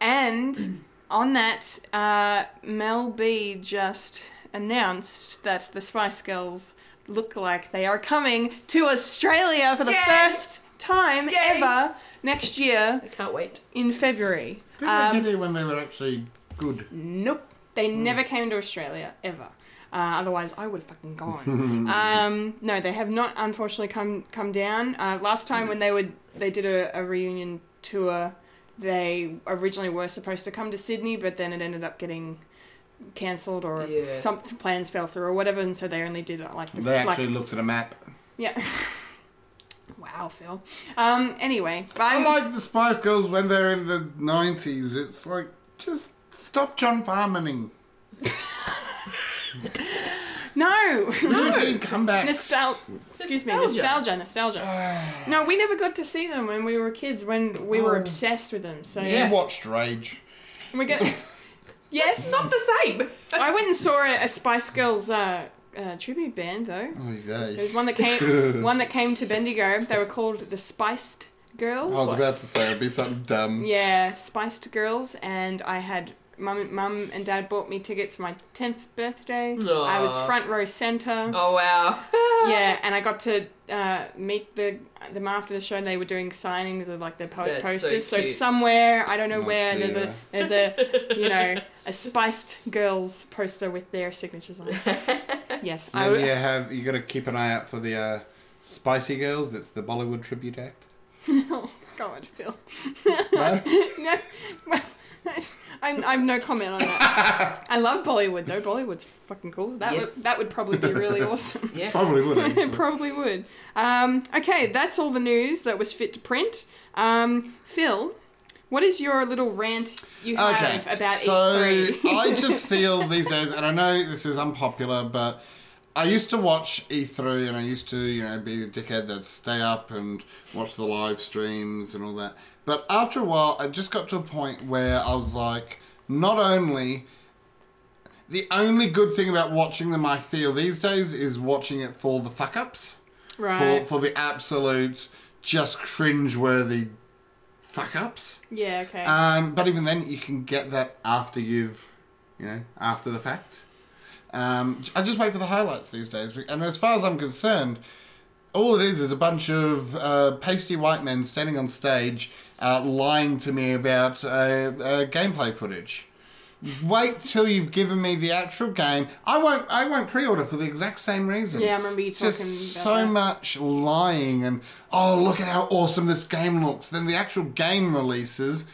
Speaker 2: And on that, uh, Mel B just announced that the Spice Girls look like they are coming to Australia for the
Speaker 8: Yay!
Speaker 2: first time ever next year
Speaker 8: I can't wait.
Speaker 2: in February.
Speaker 1: Didn't
Speaker 2: um,
Speaker 1: they get it when they were actually good?
Speaker 2: Nope. They
Speaker 1: Hmm.
Speaker 2: never came to Australia, ever. Uh, otherwise, I would have fucking gone. um, no, they have not, unfortunately, come come down. Uh, last time when they would they did a, a reunion tour, they originally were supposed to come to Sydney, but then it ended up getting cancelled or
Speaker 8: Yeah.
Speaker 2: some plans fell through or whatever, and so they only did it like this.
Speaker 1: They
Speaker 2: like,
Speaker 1: actually looked at a map.
Speaker 2: yeah. wow, Phil. Um, anyway, but
Speaker 1: I
Speaker 2: I'm,
Speaker 1: like the Spice Girls when they're in the 90s. It's like, just stop John Farmaning.
Speaker 2: no.
Speaker 1: We don't need comebacks.
Speaker 2: Nostal- excuse me, nostalgia,
Speaker 8: Nostalgia.
Speaker 2: nostalgia. no, we never got to see them when we were kids. When we were obsessed with them. So
Speaker 1: You watched Rage.
Speaker 2: we get. yes,
Speaker 8: Not the same.
Speaker 2: I went and saw a, a Spice Girls uh, uh, tribute band though.
Speaker 1: Oh,
Speaker 2: There
Speaker 1: yeah.
Speaker 2: was one that came, one that came to Bendigo. They were called the Spiced Girls.
Speaker 1: Oh, I was about to say it'd be something dumb.
Speaker 2: Yeah, Spiced Girls, and I had mum, mum and dad bought me tickets for my 10th birthday. I was
Speaker 8: Aw.
Speaker 2: front row center.
Speaker 8: Oh wow.
Speaker 2: Yeah, and I got to uh, meet the them after the show. and They were doing signings of like their po-
Speaker 8: That's so
Speaker 2: posters. So,
Speaker 8: cute.
Speaker 2: somewhere I don't know
Speaker 1: Oh,
Speaker 2: where there's a
Speaker 1: dear.
Speaker 2: there's a you know a spiced girls poster with their signatures on. it. Yes, I
Speaker 1: And
Speaker 2: w-
Speaker 1: you have you got to keep an eye out for the uh, Spicy Girls. That's the Bollywood tribute act.
Speaker 2: Oh God, Phil.
Speaker 1: No?
Speaker 2: No, well, I'm I'm no comment on that. I love Bollywood though. Bollywood's fucking cool. That
Speaker 8: Yes.
Speaker 2: would that would probably be really awesome.
Speaker 8: Yeah.
Speaker 1: Probably wouldn't.
Speaker 2: It probably would. Um, okay, that's all the news that was fit to print. Um, Phil, what is your little rant you have about E
Speaker 1: so
Speaker 2: E3?
Speaker 1: I just feel these days, and I know this is unpopular, but I used to watch E3, and I used to, you know, be a dickhead that stay up and watch the live streams and all that. But after a while, I just got to a point where I was like, not only the only good thing about watching them, I feel these days, is watching it for the fuck ups for,
Speaker 2: right.
Speaker 1: for the absolute just cringeworthy fuck ups.
Speaker 2: yeah. Okay.
Speaker 1: Um, but even then, you can get that after you've, you know, after the fact. Um, I just wait for the highlights these days. And as far as I'm concerned, all it is is a bunch of uh, pasty white men standing on stage uh, lying to me about uh, uh, gameplay footage. Wait till you've given me the actual game. I won't. I won't pre-order for the exact same reason.
Speaker 2: Yeah, I remember you
Speaker 1: It's just
Speaker 2: talking about
Speaker 1: so much
Speaker 2: that.
Speaker 1: lying and oh, look at how awesome this game looks. Then the actual game releases,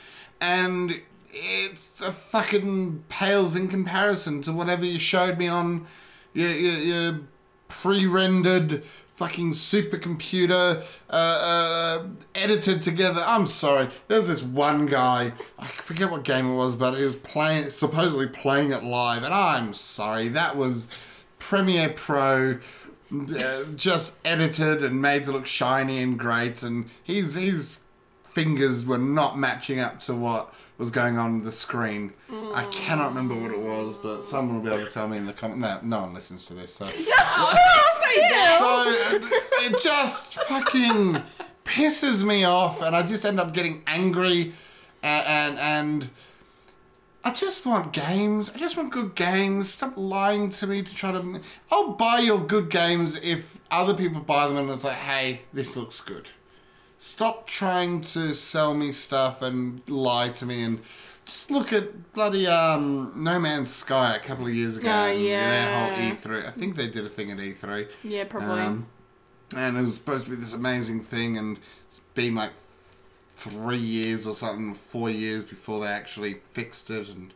Speaker 1: and it's a fucking pales in comparison to whatever you showed me on your your, your pre-rendered fucking supercomputer uh, uh, edited together. I'm sorry. There's this one guy. I forget what game it was, but he was playing supposedly playing it live, and I'm sorry. That was Premiere Pro. Uh, just edited and made to look shiny and great, and his his fingers were not matching up to what was going on the screen. I cannot remember what it was, but someone will be able to tell me in the comment. No, no one listens to this, so so uh, it just fucking pisses me off, and I just end up getting angry, and and. and I just want games. I just want good games. Stop lying to me to try to. I'll buy your good games if other people buy them and it's like, hey, this looks good. Stop trying to sell me stuff and lie to me and just look at bloody um, No Man's Sky a couple of years ago.
Speaker 2: Oh,
Speaker 1: and
Speaker 2: yeah.
Speaker 1: Their whole E3. I think they did a thing at E E3.
Speaker 2: yeah, probably.
Speaker 1: Um, and it was supposed to be this amazing thing, and it's been like three years or something, four years before they actually fixed it. And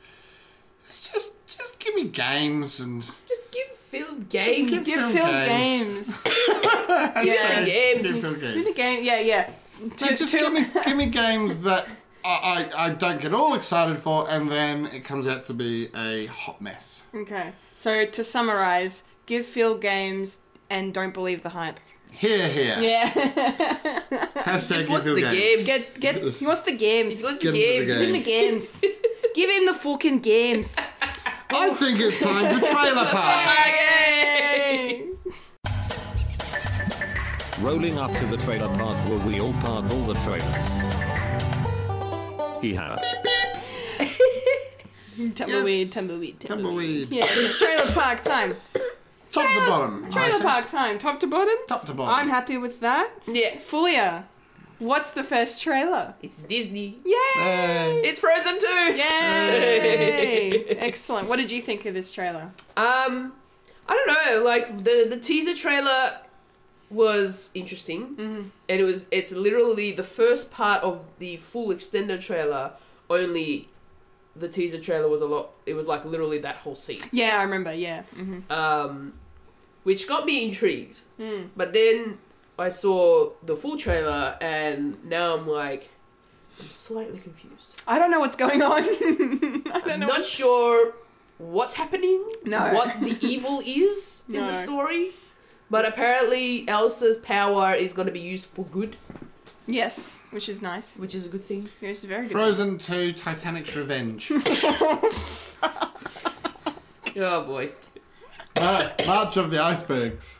Speaker 1: it's just, just give me games and
Speaker 8: Just give Phil game.
Speaker 1: give
Speaker 2: Give
Speaker 1: Phil
Speaker 2: Phil
Speaker 1: games.
Speaker 2: games.
Speaker 8: Yeah,
Speaker 2: yeah.
Speaker 8: games.
Speaker 1: Give me
Speaker 2: Give the
Speaker 1: games.
Speaker 2: game. Yeah, yeah.
Speaker 1: No, just give me, give me games that I, I, I don't get all excited for, and then it comes out to be a hot mess.
Speaker 2: Okay. So to summarize, give Phil games and don't believe the hype.
Speaker 1: Here, here.
Speaker 2: Yeah.
Speaker 1: Hashtag
Speaker 8: Just
Speaker 1: give
Speaker 8: wants
Speaker 1: Phil
Speaker 8: the
Speaker 1: games.
Speaker 8: games.
Speaker 2: get get. He wants the games.
Speaker 8: He wants
Speaker 1: Get
Speaker 8: the
Speaker 1: him to the
Speaker 8: games.
Speaker 1: game.
Speaker 2: Give him the games. Give him the fucking games.
Speaker 1: I think it's time for Trailer Park.
Speaker 7: Rolling up to the trailer park where we all park all the trailers. Yeah.
Speaker 1: Yes.
Speaker 2: Tumbleweed, tumbleweed, tumbleweed.
Speaker 1: Tumbleweed.
Speaker 2: Yeah, it's trailer park time.
Speaker 1: Top to bottom. I
Speaker 2: Trailer
Speaker 1: say.
Speaker 2: park time. Top to bottom.
Speaker 1: Top to bottom.
Speaker 2: I'm happy with that.
Speaker 8: Yeah.
Speaker 2: Fulia, what's the first trailer?
Speaker 8: It's Disney.
Speaker 2: Yay!
Speaker 1: Hey.
Speaker 8: It's Frozen 2.
Speaker 2: Yay! Excellent. What did you think of this trailer?
Speaker 8: Um, I don't know. Like the the teaser trailer was interesting, and it was it's literally the first part of the full extended trailer. Only the teaser trailer was a lot. It was like literally that whole scene,
Speaker 2: Yeah, I remember. Yeah. hmm
Speaker 8: um, which got me intrigued. But then I saw the full trailer, and now I'm like, I'm slightly confused.
Speaker 2: I don't know what's going on. I don't
Speaker 8: I'm
Speaker 2: know.
Speaker 8: not sure what's happening.
Speaker 2: No.
Speaker 8: What the evil is in
Speaker 2: No.
Speaker 8: the story. But apparently Elsa's power is going to be used for good,
Speaker 2: yes, which is nice.
Speaker 8: which is a good thing.
Speaker 2: It's very good.
Speaker 1: Frozen 2 Titanic's Revenge.
Speaker 8: Oh boy.
Speaker 1: Mar- March of the Icebergs.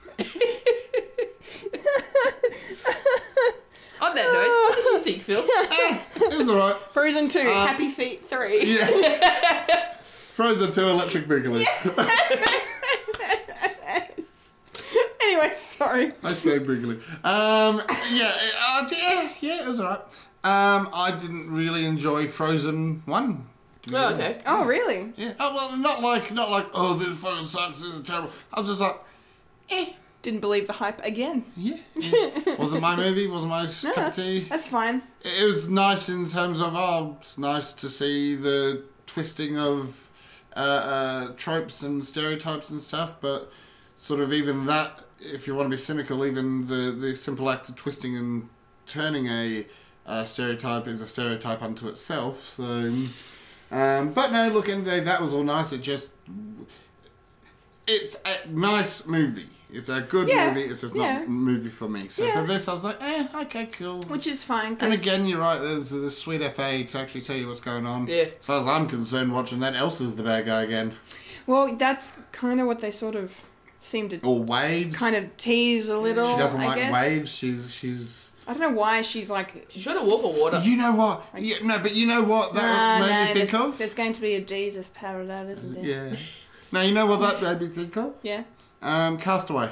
Speaker 8: On that note, what did you think, Phil?
Speaker 1: Eh, It was alright.
Speaker 2: Frozen 2,
Speaker 1: Uh,
Speaker 2: Happy Feet 3.
Speaker 1: Yeah. Frozen 2 Electric Boogaloo.
Speaker 2: Anyway, sorry.
Speaker 1: I spoke Boogaloo. Um, yeah, uh, yeah, yeah, it was alright. Um, I didn't really enjoy Frozen 1. to be
Speaker 8: Oh,
Speaker 1: honest.
Speaker 8: okay.
Speaker 2: Oh, really?
Speaker 1: Yeah. Oh, well, not like, not like, oh, this fucking sucks, this is terrible. I was just like, eh,
Speaker 2: Didn't believe the hype again.
Speaker 1: yeah. yeah. wasn't my movie, wasn't my
Speaker 2: No,
Speaker 1: cup of
Speaker 2: that's,
Speaker 1: tea.
Speaker 2: that's fine.
Speaker 1: it was nice in terms of oh, it's nice to see the twisting of uh, uh, tropes and stereotypes and stuff. But sort of even that, if you want to be cynical, even the the simple act of twisting and turning a uh, stereotype is a stereotype unto itself. So, um, but no, look, end of the day, that was all nice. It just it's a nice movie. It's a good
Speaker 2: Yeah,
Speaker 1: movie. It's just not
Speaker 2: yeah.
Speaker 1: a movie for me. So
Speaker 2: Yeah.
Speaker 1: for this, I was like, eh, okay, cool.
Speaker 2: Which is fine. 'cause-
Speaker 1: And again, you're right. There's a sweet FA to actually tell you what's going on.
Speaker 8: Yeah.
Speaker 1: As far as I'm concerned, watching that, Elsa's the bad guy again.
Speaker 2: Well, that's kind of what they sort of seem to
Speaker 1: Or waves.
Speaker 2: kind of tease a little.
Speaker 1: She doesn't
Speaker 2: I
Speaker 1: like
Speaker 2: guess.
Speaker 1: waves. She's she's.
Speaker 2: I don't know why she's like.
Speaker 8: She's trying to walk on water.
Speaker 1: You know what? Yeah, no, but you know what that
Speaker 2: "Ah,
Speaker 1: made
Speaker 2: no,
Speaker 1: me think
Speaker 2: there's,
Speaker 1: of. Uh,
Speaker 2: there's going to be a Jesus parallel, isn't there?
Speaker 1: Yeah. No, you know what that made me think of?
Speaker 2: Yeah.
Speaker 1: Um, Castaway.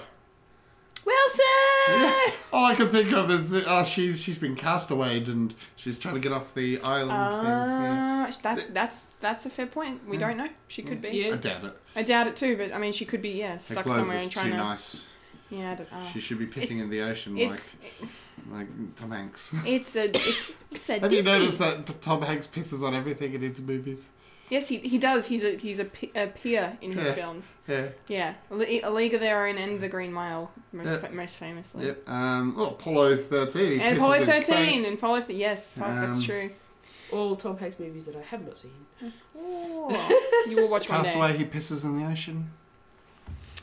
Speaker 2: Wilson.
Speaker 1: All I can think of is that oh, she's she's been castawayed and she's trying to get off the island. thing,
Speaker 2: Uh, that, that's that's a fair point. We don't know. She could be.
Speaker 1: so-
Speaker 8: Yeah.
Speaker 1: I doubt it.
Speaker 2: I doubt it too, but I mean, she could be yeah
Speaker 1: Her
Speaker 2: Uh, stuck
Speaker 1: clothes
Speaker 2: somewhere
Speaker 1: is
Speaker 2: and trying
Speaker 1: too
Speaker 2: to.
Speaker 1: nice.
Speaker 2: Yeah, I don't know.
Speaker 1: She should be pissing
Speaker 2: It's-
Speaker 1: in the ocean like
Speaker 2: It's
Speaker 1: like Tom Hanks.
Speaker 2: it's a it's, it's a
Speaker 1: Have
Speaker 2: Disney.
Speaker 1: you noticed that P- Tom Hanks pisses on everything in his movies?
Speaker 2: Yes, he, he does. He's a he's a, pe- a peer in his
Speaker 1: Yeah.
Speaker 2: films.
Speaker 1: Yeah.
Speaker 2: Yeah, a Le- A League of Their Own and The Green Mile, most
Speaker 1: Yeah.
Speaker 2: fa- most famously.
Speaker 1: Yep. Um. Well, Apollo thirteen. He pisses
Speaker 2: And Apollo
Speaker 1: in
Speaker 2: thirteen
Speaker 1: space.
Speaker 2: and Apollo th- yes, fuck, that's
Speaker 1: Um,
Speaker 2: true.
Speaker 8: All Tom Hanks movies that I have not seen.
Speaker 2: Oh, you will watch one day.
Speaker 1: Castaway. He pisses in the ocean.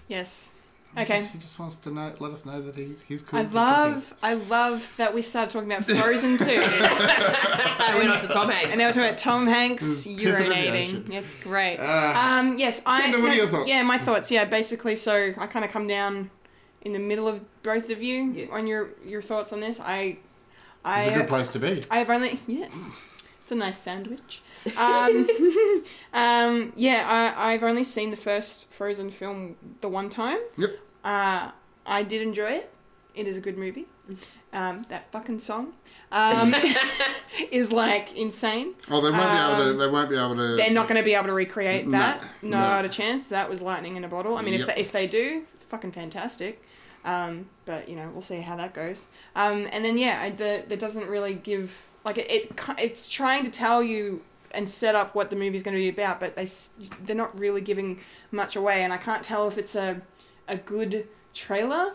Speaker 2: Yes.
Speaker 1: He
Speaker 2: Okay.
Speaker 1: just- He just wants to know. Let us know that he's he's cool.
Speaker 2: I
Speaker 1: with the
Speaker 2: love I love that we started talking about Frozen too.
Speaker 8: I went on Ah, to Tom
Speaker 2: And
Speaker 8: Hanks.
Speaker 2: now we're talking about Tom Hanks
Speaker 1: Piss it in the ocean.
Speaker 2: urinating. It's great.
Speaker 1: Ah.
Speaker 2: um, yes, I.
Speaker 1: Kendall, what are your thoughts?
Speaker 2: Yeah, my thoughts. Yeah, basically, so I kind of come down in the middle of both of you
Speaker 8: Yeah.
Speaker 2: on your your thoughts on this. I, I,
Speaker 1: It's a good place to be.
Speaker 2: I have only yes, it's a nice sandwich. Um, um, yeah, I, I've only seen the first Frozen film the one time.
Speaker 1: Yep.
Speaker 2: Uh, I did enjoy it. It is a good movie. Um, that fucking song um, is like insane.
Speaker 1: Oh, they won't be able to.
Speaker 2: Um,
Speaker 1: They won't be able to.
Speaker 2: They're not going to be able to recreate
Speaker 1: No,
Speaker 2: that.
Speaker 1: no.
Speaker 2: Not a chance. That was lightning in a bottle. I mean, if,
Speaker 1: Yep.
Speaker 2: they, if they do, fucking fantastic. Um, but you know, we'll see how that goes. Um, and then yeah, I, the that doesn't really give like it, it. ki- It's trying to tell you and set up what the movie's going to be about, but they s- they're not really giving much away, and I can't tell if it's a a good trailer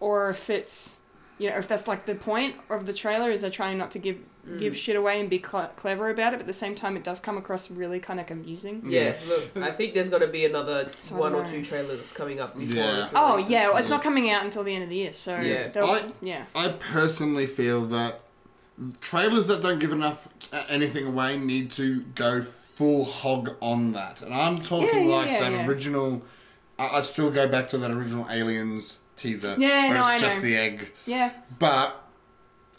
Speaker 2: or if it's you know if that's like the point of the trailer is they're trying not to give give shit away and be cl- clever about it but at the same time it does come across really kind of confusing
Speaker 8: Yeah, look, I think there's going to be another
Speaker 2: So I
Speaker 8: one or
Speaker 2: don't know.
Speaker 8: two trailers coming up before
Speaker 1: Yeah.
Speaker 8: this
Speaker 2: oh
Speaker 8: releases.
Speaker 2: yeah well, it's not coming out until the end of the year so
Speaker 8: Yeah.
Speaker 2: they'll-
Speaker 1: I-
Speaker 2: yeah
Speaker 1: I personally feel that trailers that don't give enough uh, anything away need to go full hog on that. And I'm talking
Speaker 2: Yeah, yeah,
Speaker 1: like
Speaker 2: yeah,
Speaker 1: that
Speaker 2: yeah.
Speaker 1: original. I, I still go back to that original Aliens teaser.
Speaker 2: Yeah,
Speaker 1: where
Speaker 2: no,
Speaker 1: it's
Speaker 2: I
Speaker 1: just
Speaker 2: know.
Speaker 1: the egg.
Speaker 2: yeah
Speaker 1: But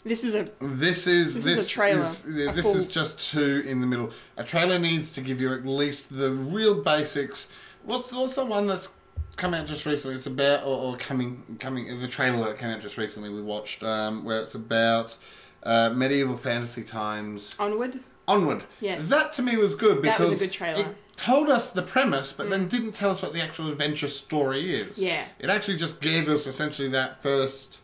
Speaker 2: this is a
Speaker 1: this is
Speaker 2: This
Speaker 1: this,
Speaker 2: is a trailer.
Speaker 1: is-
Speaker 2: A
Speaker 1: this
Speaker 2: full-
Speaker 1: is just two in the middle. A trailer needs to give you at least the real basics. What's what's the one that's come out just recently? It's about or, or coming coming the trailer that came out just recently. We watched um, where it's about uh, medieval fantasy times.
Speaker 2: onward
Speaker 1: Onward.
Speaker 2: Yes.
Speaker 1: That to me was good because
Speaker 2: That was a good trailer. Mm.
Speaker 1: It told us the premise, but then didn't tell us what the actual adventure story is.
Speaker 2: Yeah.
Speaker 1: It actually just gave us essentially that first,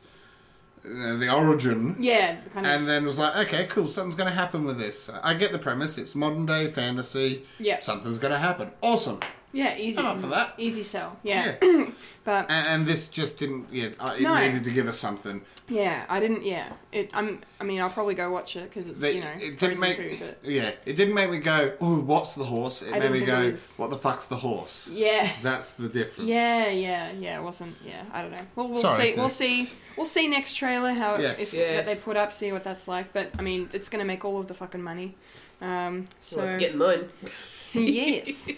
Speaker 1: uh, the origin.
Speaker 2: yeah kind of
Speaker 1: And then was like, okay, cool, something's going to happen with this. I get the premise. It's modern day fantasy.
Speaker 2: Yeah.
Speaker 1: Something's going to happen. Awesome.
Speaker 2: yeah easy
Speaker 1: I'm up for that.
Speaker 2: easy sell yeah,
Speaker 1: A-
Speaker 2: but
Speaker 1: And, this just didn't, yeah, uh, it
Speaker 2: No.
Speaker 1: needed to give us something.
Speaker 2: yeah i didn't yeah it i'm i mean i'll probably go watch it because it's
Speaker 1: That-
Speaker 2: you know
Speaker 1: it didn't
Speaker 2: Frozen
Speaker 1: make,
Speaker 2: 2, but
Speaker 1: yeah, it didn't make me go, oh, what's the horse? It
Speaker 2: I
Speaker 1: made
Speaker 2: didn't
Speaker 1: me
Speaker 2: think it
Speaker 1: go,
Speaker 2: was-
Speaker 1: what the fuck's the horse?
Speaker 2: yeah
Speaker 1: That's the difference.
Speaker 2: Yeah, yeah, yeah. It wasn't. Yeah, I don't know. Well, we'll
Speaker 1: Sorry.
Speaker 2: see. We'll see. We'll see next trailer how
Speaker 1: Yes.
Speaker 2: if,
Speaker 8: Yeah.
Speaker 2: that they put up. See what that's like. But I mean, it's gonna make all of the fucking money. Um. So
Speaker 8: Well, it's getting mine.
Speaker 2: yes,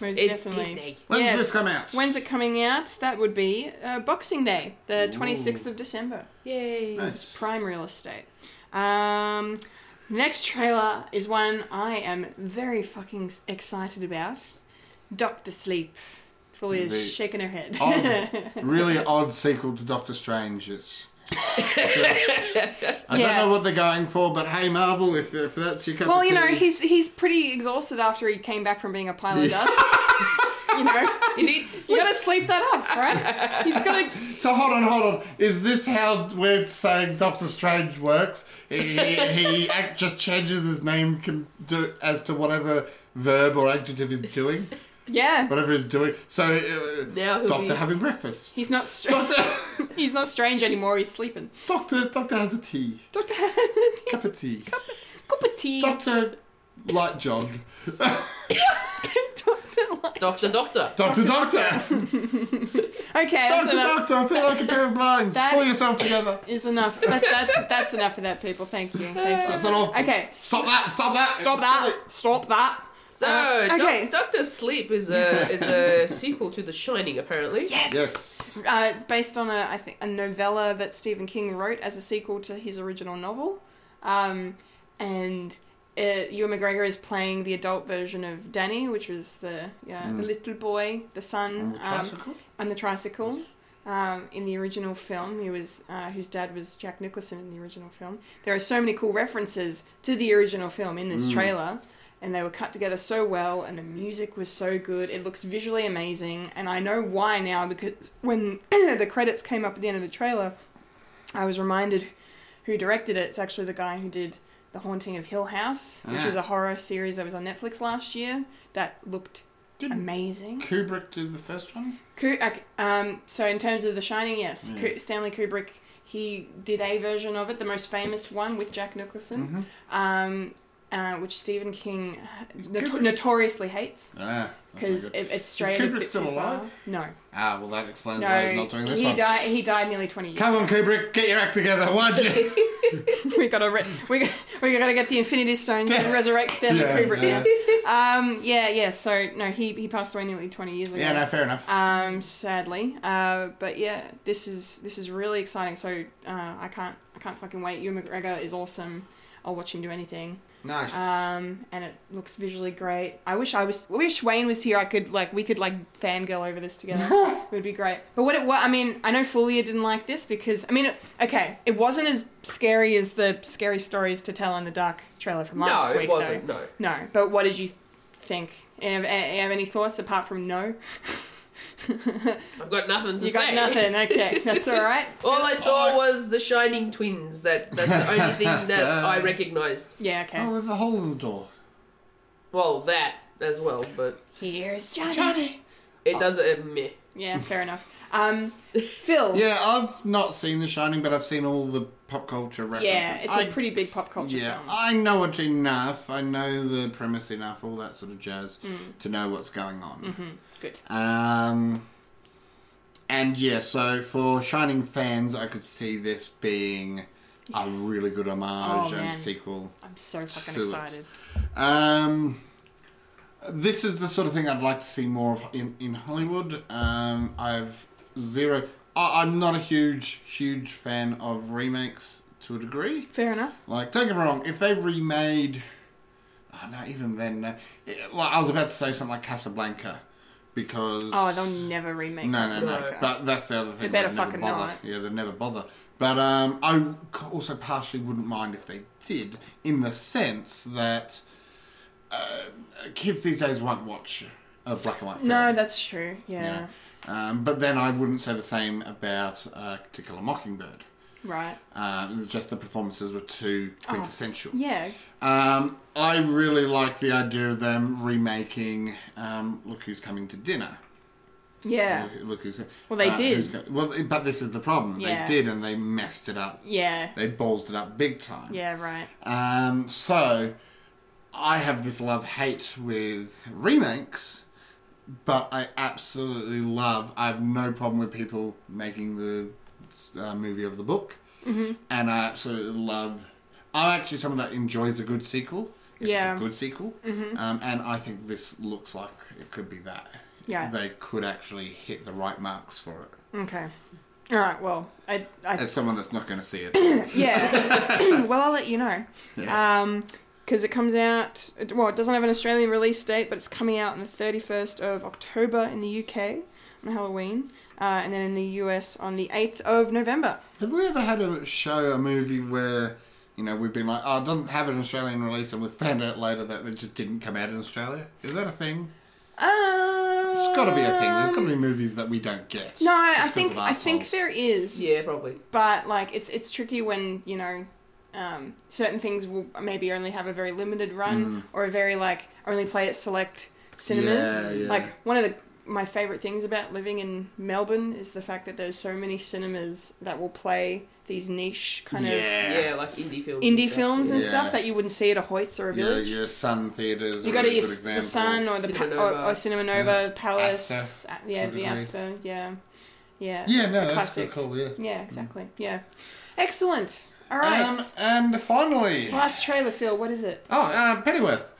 Speaker 2: most
Speaker 8: It's
Speaker 2: definitely.
Speaker 8: Disney.
Speaker 1: When
Speaker 2: Yes.
Speaker 1: does this come out?
Speaker 2: When's it coming out? That would be uh, Boxing Day, the 26th of December.
Speaker 8: Yay.
Speaker 1: Nice.
Speaker 2: Prime real estate. Um, next trailer is one I am very fucking s- excited about. Doctor Sleep. Fully
Speaker 1: The-
Speaker 2: is shaking her head.
Speaker 1: Oh, Odd, really odd sequel to Doctor Strange. It's just- I
Speaker 2: Yeah.
Speaker 1: don't know what they're going for, but hey, Marvel, if, if that's your cup
Speaker 2: well,
Speaker 1: of
Speaker 2: you know,
Speaker 1: tea-
Speaker 2: he's he's pretty exhausted after he came back from being a pile of
Speaker 1: Yeah.
Speaker 2: dust. you know,
Speaker 8: It needs to
Speaker 2: you
Speaker 8: sleep.
Speaker 2: gotta sleep that up, right? He's gotta.
Speaker 1: So hold on, hold on. Is this how we're saying Doctor Strange works? He, he, he act, just changes his name com- do, as to whatever verb or adjective he's doing,
Speaker 2: Yeah.
Speaker 1: whatever he's doing. So uh,
Speaker 8: Now he'll
Speaker 1: Doctor
Speaker 8: be-
Speaker 1: having breakfst.
Speaker 2: He's not strange. he's not strange anymore. He's sleeping.
Speaker 1: Doctor Doctor has a tea,
Speaker 2: Doctor,
Speaker 1: cup of tea.
Speaker 2: cup of tea.
Speaker 1: Doctor Light John.
Speaker 2: Doctor, like-
Speaker 8: Doctor, doctor.
Speaker 1: Doctor Doctor.
Speaker 2: okay, that's
Speaker 1: Doctor
Speaker 2: enough.
Speaker 1: Doctor. I feel like a pair of blinds.
Speaker 2: That-
Speaker 1: Pull yourself together.
Speaker 2: Is enough. That, that's that's enough of that, people. Thank you. Thank you.
Speaker 1: That's not all.
Speaker 2: Okay.
Speaker 1: Stop that! Stop that!
Speaker 2: Stop that. Stop that.
Speaker 8: So,
Speaker 2: Uh,
Speaker 8: Doc-
Speaker 2: okay.
Speaker 8: Doctor Sleep is a is a sequel to The Shining, apparently. Yes.
Speaker 1: Yes.
Speaker 2: Uh, it's based on a I think a novella that Stephen King wrote as a sequel to his original novel, um, and uh, Ewan McGregor is playing the adult version of Danny, which was the yeah, the little boy, the
Speaker 1: Hmm.
Speaker 2: son,
Speaker 1: And the tricycle?
Speaker 2: Um, and the tricycle. Um, in the original film, he was uh, whose dad was Jack Nicholson in the original film. There are so many cool references to the original film in this trailer. And they were cut together so well, and the music was so good. It looks visually amazing, and I know why now because when the credits came up at the end of the trailer, I was reminded who directed it. It's actually the guy who did The Haunting of Hill House, which
Speaker 1: Ah.
Speaker 2: was a horror series that was on Netflix last year that looked amazing.
Speaker 1: Kubrick did the first one.
Speaker 2: Ku- ok, um, so in terms of The Shining, yes, Ku- Stanley Kubrick he did a version of it, the most famous one with Jack Nicholson,
Speaker 1: Mm-hmm.
Speaker 2: um, uh, which Stephen King noto-
Speaker 1: Kubrick's-
Speaker 2: notoriously hates
Speaker 1: Ah.
Speaker 2: because
Speaker 1: oh my God.
Speaker 2: it, it's strayed a
Speaker 1: Kubrick
Speaker 2: bit
Speaker 1: still
Speaker 2: too far.
Speaker 1: alive?
Speaker 2: No,
Speaker 1: Ah, well, that explains why he's
Speaker 2: no,
Speaker 1: not doing this
Speaker 2: he
Speaker 1: one.
Speaker 2: died. He died nearly twenty years.
Speaker 1: Come on, Kubrick, get your act together. Why'd you?
Speaker 2: we gotta re- we got, we gotta get the Infinity Stones and resurrect Stanley
Speaker 1: Yeah,
Speaker 2: Kubrick.
Speaker 1: yeah.
Speaker 2: Yeah. Um, yeah, yeah. So no, he he passed away nearly twenty years ago.
Speaker 1: yeah, no, fair enough.
Speaker 2: Um, sadly. Uh, but yeah, this is this is really exciting. So uh, I can't I can't fucking wait. Ewan McGregor is awesome. I'll watch him do anything.
Speaker 1: nice.
Speaker 2: Um, and it looks visually great. I wish I was. I wish Wayne was here. I could like we could like fangirl over this together. it would be great. But what it what I mean, I know Fulia didn't like this because I mean, it, okay, it wasn't as scary as the scary stories to tell in the dark trailer from last
Speaker 8: it
Speaker 2: week.
Speaker 8: wasn't,
Speaker 2: Though.
Speaker 8: no.
Speaker 2: no. But what did you think? Have, have any thoughts apart from no?
Speaker 8: I've got nothing to
Speaker 2: You got
Speaker 8: say.
Speaker 2: nothing. Okay, that's all right.
Speaker 8: All I saw was the Shining twins. That that's the only thing that I recognised.
Speaker 2: Yeah. Okay.
Speaker 1: oh, with the hole in the door.
Speaker 8: Well, that as well, but
Speaker 2: Here's Johnny. Oh.
Speaker 8: it doesn't. Uh, meh.
Speaker 2: Yeah. Fair enough. Um, Phil.
Speaker 1: Yeah, I've not seen The Shining, but I've seen all the pop culture references.
Speaker 2: Yeah, it's
Speaker 1: I-
Speaker 2: a pretty big pop culture
Speaker 1: Yeah,
Speaker 2: film.
Speaker 1: I know it enough. I know the premise enough, all that sort of jazz, to know what's going on.
Speaker 2: Mm. Mm-hmm, Good.
Speaker 1: Um, and yeah, so for Shining fans, I could see this being a really good homage
Speaker 2: Oh,
Speaker 1: and
Speaker 2: man.
Speaker 1: sequel.
Speaker 2: I'm so fucking
Speaker 1: to it.
Speaker 2: excited.
Speaker 1: Um, this is the sort of thing I'd like to see more of in, in Hollywood. Um, I've zero. I, I'm not a huge, huge fan of remakes to a degree.
Speaker 2: Fair enough.
Speaker 1: Like, don't get me wrong, if they remade. Oh, no, even then. No, It- like, I was about to say something like Casablanca because.
Speaker 2: Oh, they'll never remake
Speaker 1: No, no, no.
Speaker 2: Casablanca.
Speaker 1: But that's the other thing.
Speaker 2: better
Speaker 1: never
Speaker 2: fucking
Speaker 1: bother.
Speaker 2: not.
Speaker 1: Yeah, they never bother. But um, I c- also partially wouldn't mind if they did, in the sense that uh, kids these days won't watch a black and white film.
Speaker 2: No, that's true. Yeah.
Speaker 1: you know. Um, but then I wouldn't say the same about uh, To Kill a Mockingbird.
Speaker 2: Right.
Speaker 1: Uh, it's just the performances were too quintessential.
Speaker 2: Oh, Yeah.
Speaker 1: Um, I really like the idea of them remaking um, Look Who's Coming to Dinner.
Speaker 2: Yeah.
Speaker 1: Look, look who's uh,
Speaker 2: Well, they did.
Speaker 1: who's go- well, but this is the problem.
Speaker 2: Yeah.
Speaker 1: They did, and they messed it up.
Speaker 2: Yeah.
Speaker 1: They ballsed it up big time.
Speaker 2: Yeah, right.
Speaker 1: Um, so I have this love hate with remakes, but I absolutely love. I have no problem with people making the uh, movie of the
Speaker 2: Mm-hmm.
Speaker 1: book, and I absolutely love. I'm actually someone that enjoys a good sequel. It's
Speaker 2: Yeah. Mm-hmm.
Speaker 1: a good sequel. Um, and I think this looks like it could be that.
Speaker 2: Yeah. Mm.
Speaker 1: They could actually hit the right marks for it.
Speaker 2: Okay. All right. Well, I, I
Speaker 1: As someone that's not going to see it.
Speaker 2: yeah. well, I'll let you know.
Speaker 1: Yeah.
Speaker 2: Um, because it comes out. it- Well, it doesn't have an Australian release date, but it's coming out on the thirty first of October in the UK on Halloween, uh, and then in the US on the eighth of November.
Speaker 1: Have we ever had a show, a movie where, you know, we've been like, oh, it doesn't have an Australian release and we found out later that it just didn't come out in Australia? Is that a thing?
Speaker 2: Um,
Speaker 1: It's got to be a thing. There's got to be movies that we don't get.
Speaker 2: No, I, I
Speaker 1: Just 'cause
Speaker 2: think
Speaker 1: of
Speaker 2: I think
Speaker 1: arseholes.
Speaker 2: there is,
Speaker 8: Yeah, probably.
Speaker 2: but like it's it's tricky when you know um, certain things will maybe only have a very limited
Speaker 1: Mm.
Speaker 2: run or a very like only play at select cinemas.
Speaker 1: Yeah, yeah.
Speaker 2: Like one of the my favorite things about living in Melbourne is the fact that there's so many cinemas that will play these niche kind of
Speaker 1: Yeah.
Speaker 8: Yeah, like indie films. and
Speaker 2: indie
Speaker 8: stuff.
Speaker 2: films and
Speaker 1: Yeah.
Speaker 2: stuff that you wouldn't see at a Hoyts or a
Speaker 1: Yeah,
Speaker 2: village.
Speaker 1: your Sun Theatres.
Speaker 2: You
Speaker 1: are
Speaker 2: go to
Speaker 1: a
Speaker 2: your,
Speaker 1: good
Speaker 2: the
Speaker 1: example.
Speaker 2: Sun or the pa-
Speaker 8: Cinemanova.
Speaker 2: or, or Cinemanova Palace,
Speaker 1: Astor,
Speaker 2: A- yeah,
Speaker 1: to a
Speaker 2: the
Speaker 1: degree.
Speaker 2: Astor, yeah, yeah,
Speaker 1: Yeah,
Speaker 2: the
Speaker 1: no, that's pretty cool, yeah.
Speaker 2: Yeah, exactly. Yeah. Excellent. All right.
Speaker 1: Mm. Um, and finally,
Speaker 2: Last trailer, Phil. What is it?
Speaker 1: oh, uh, Pennyworth.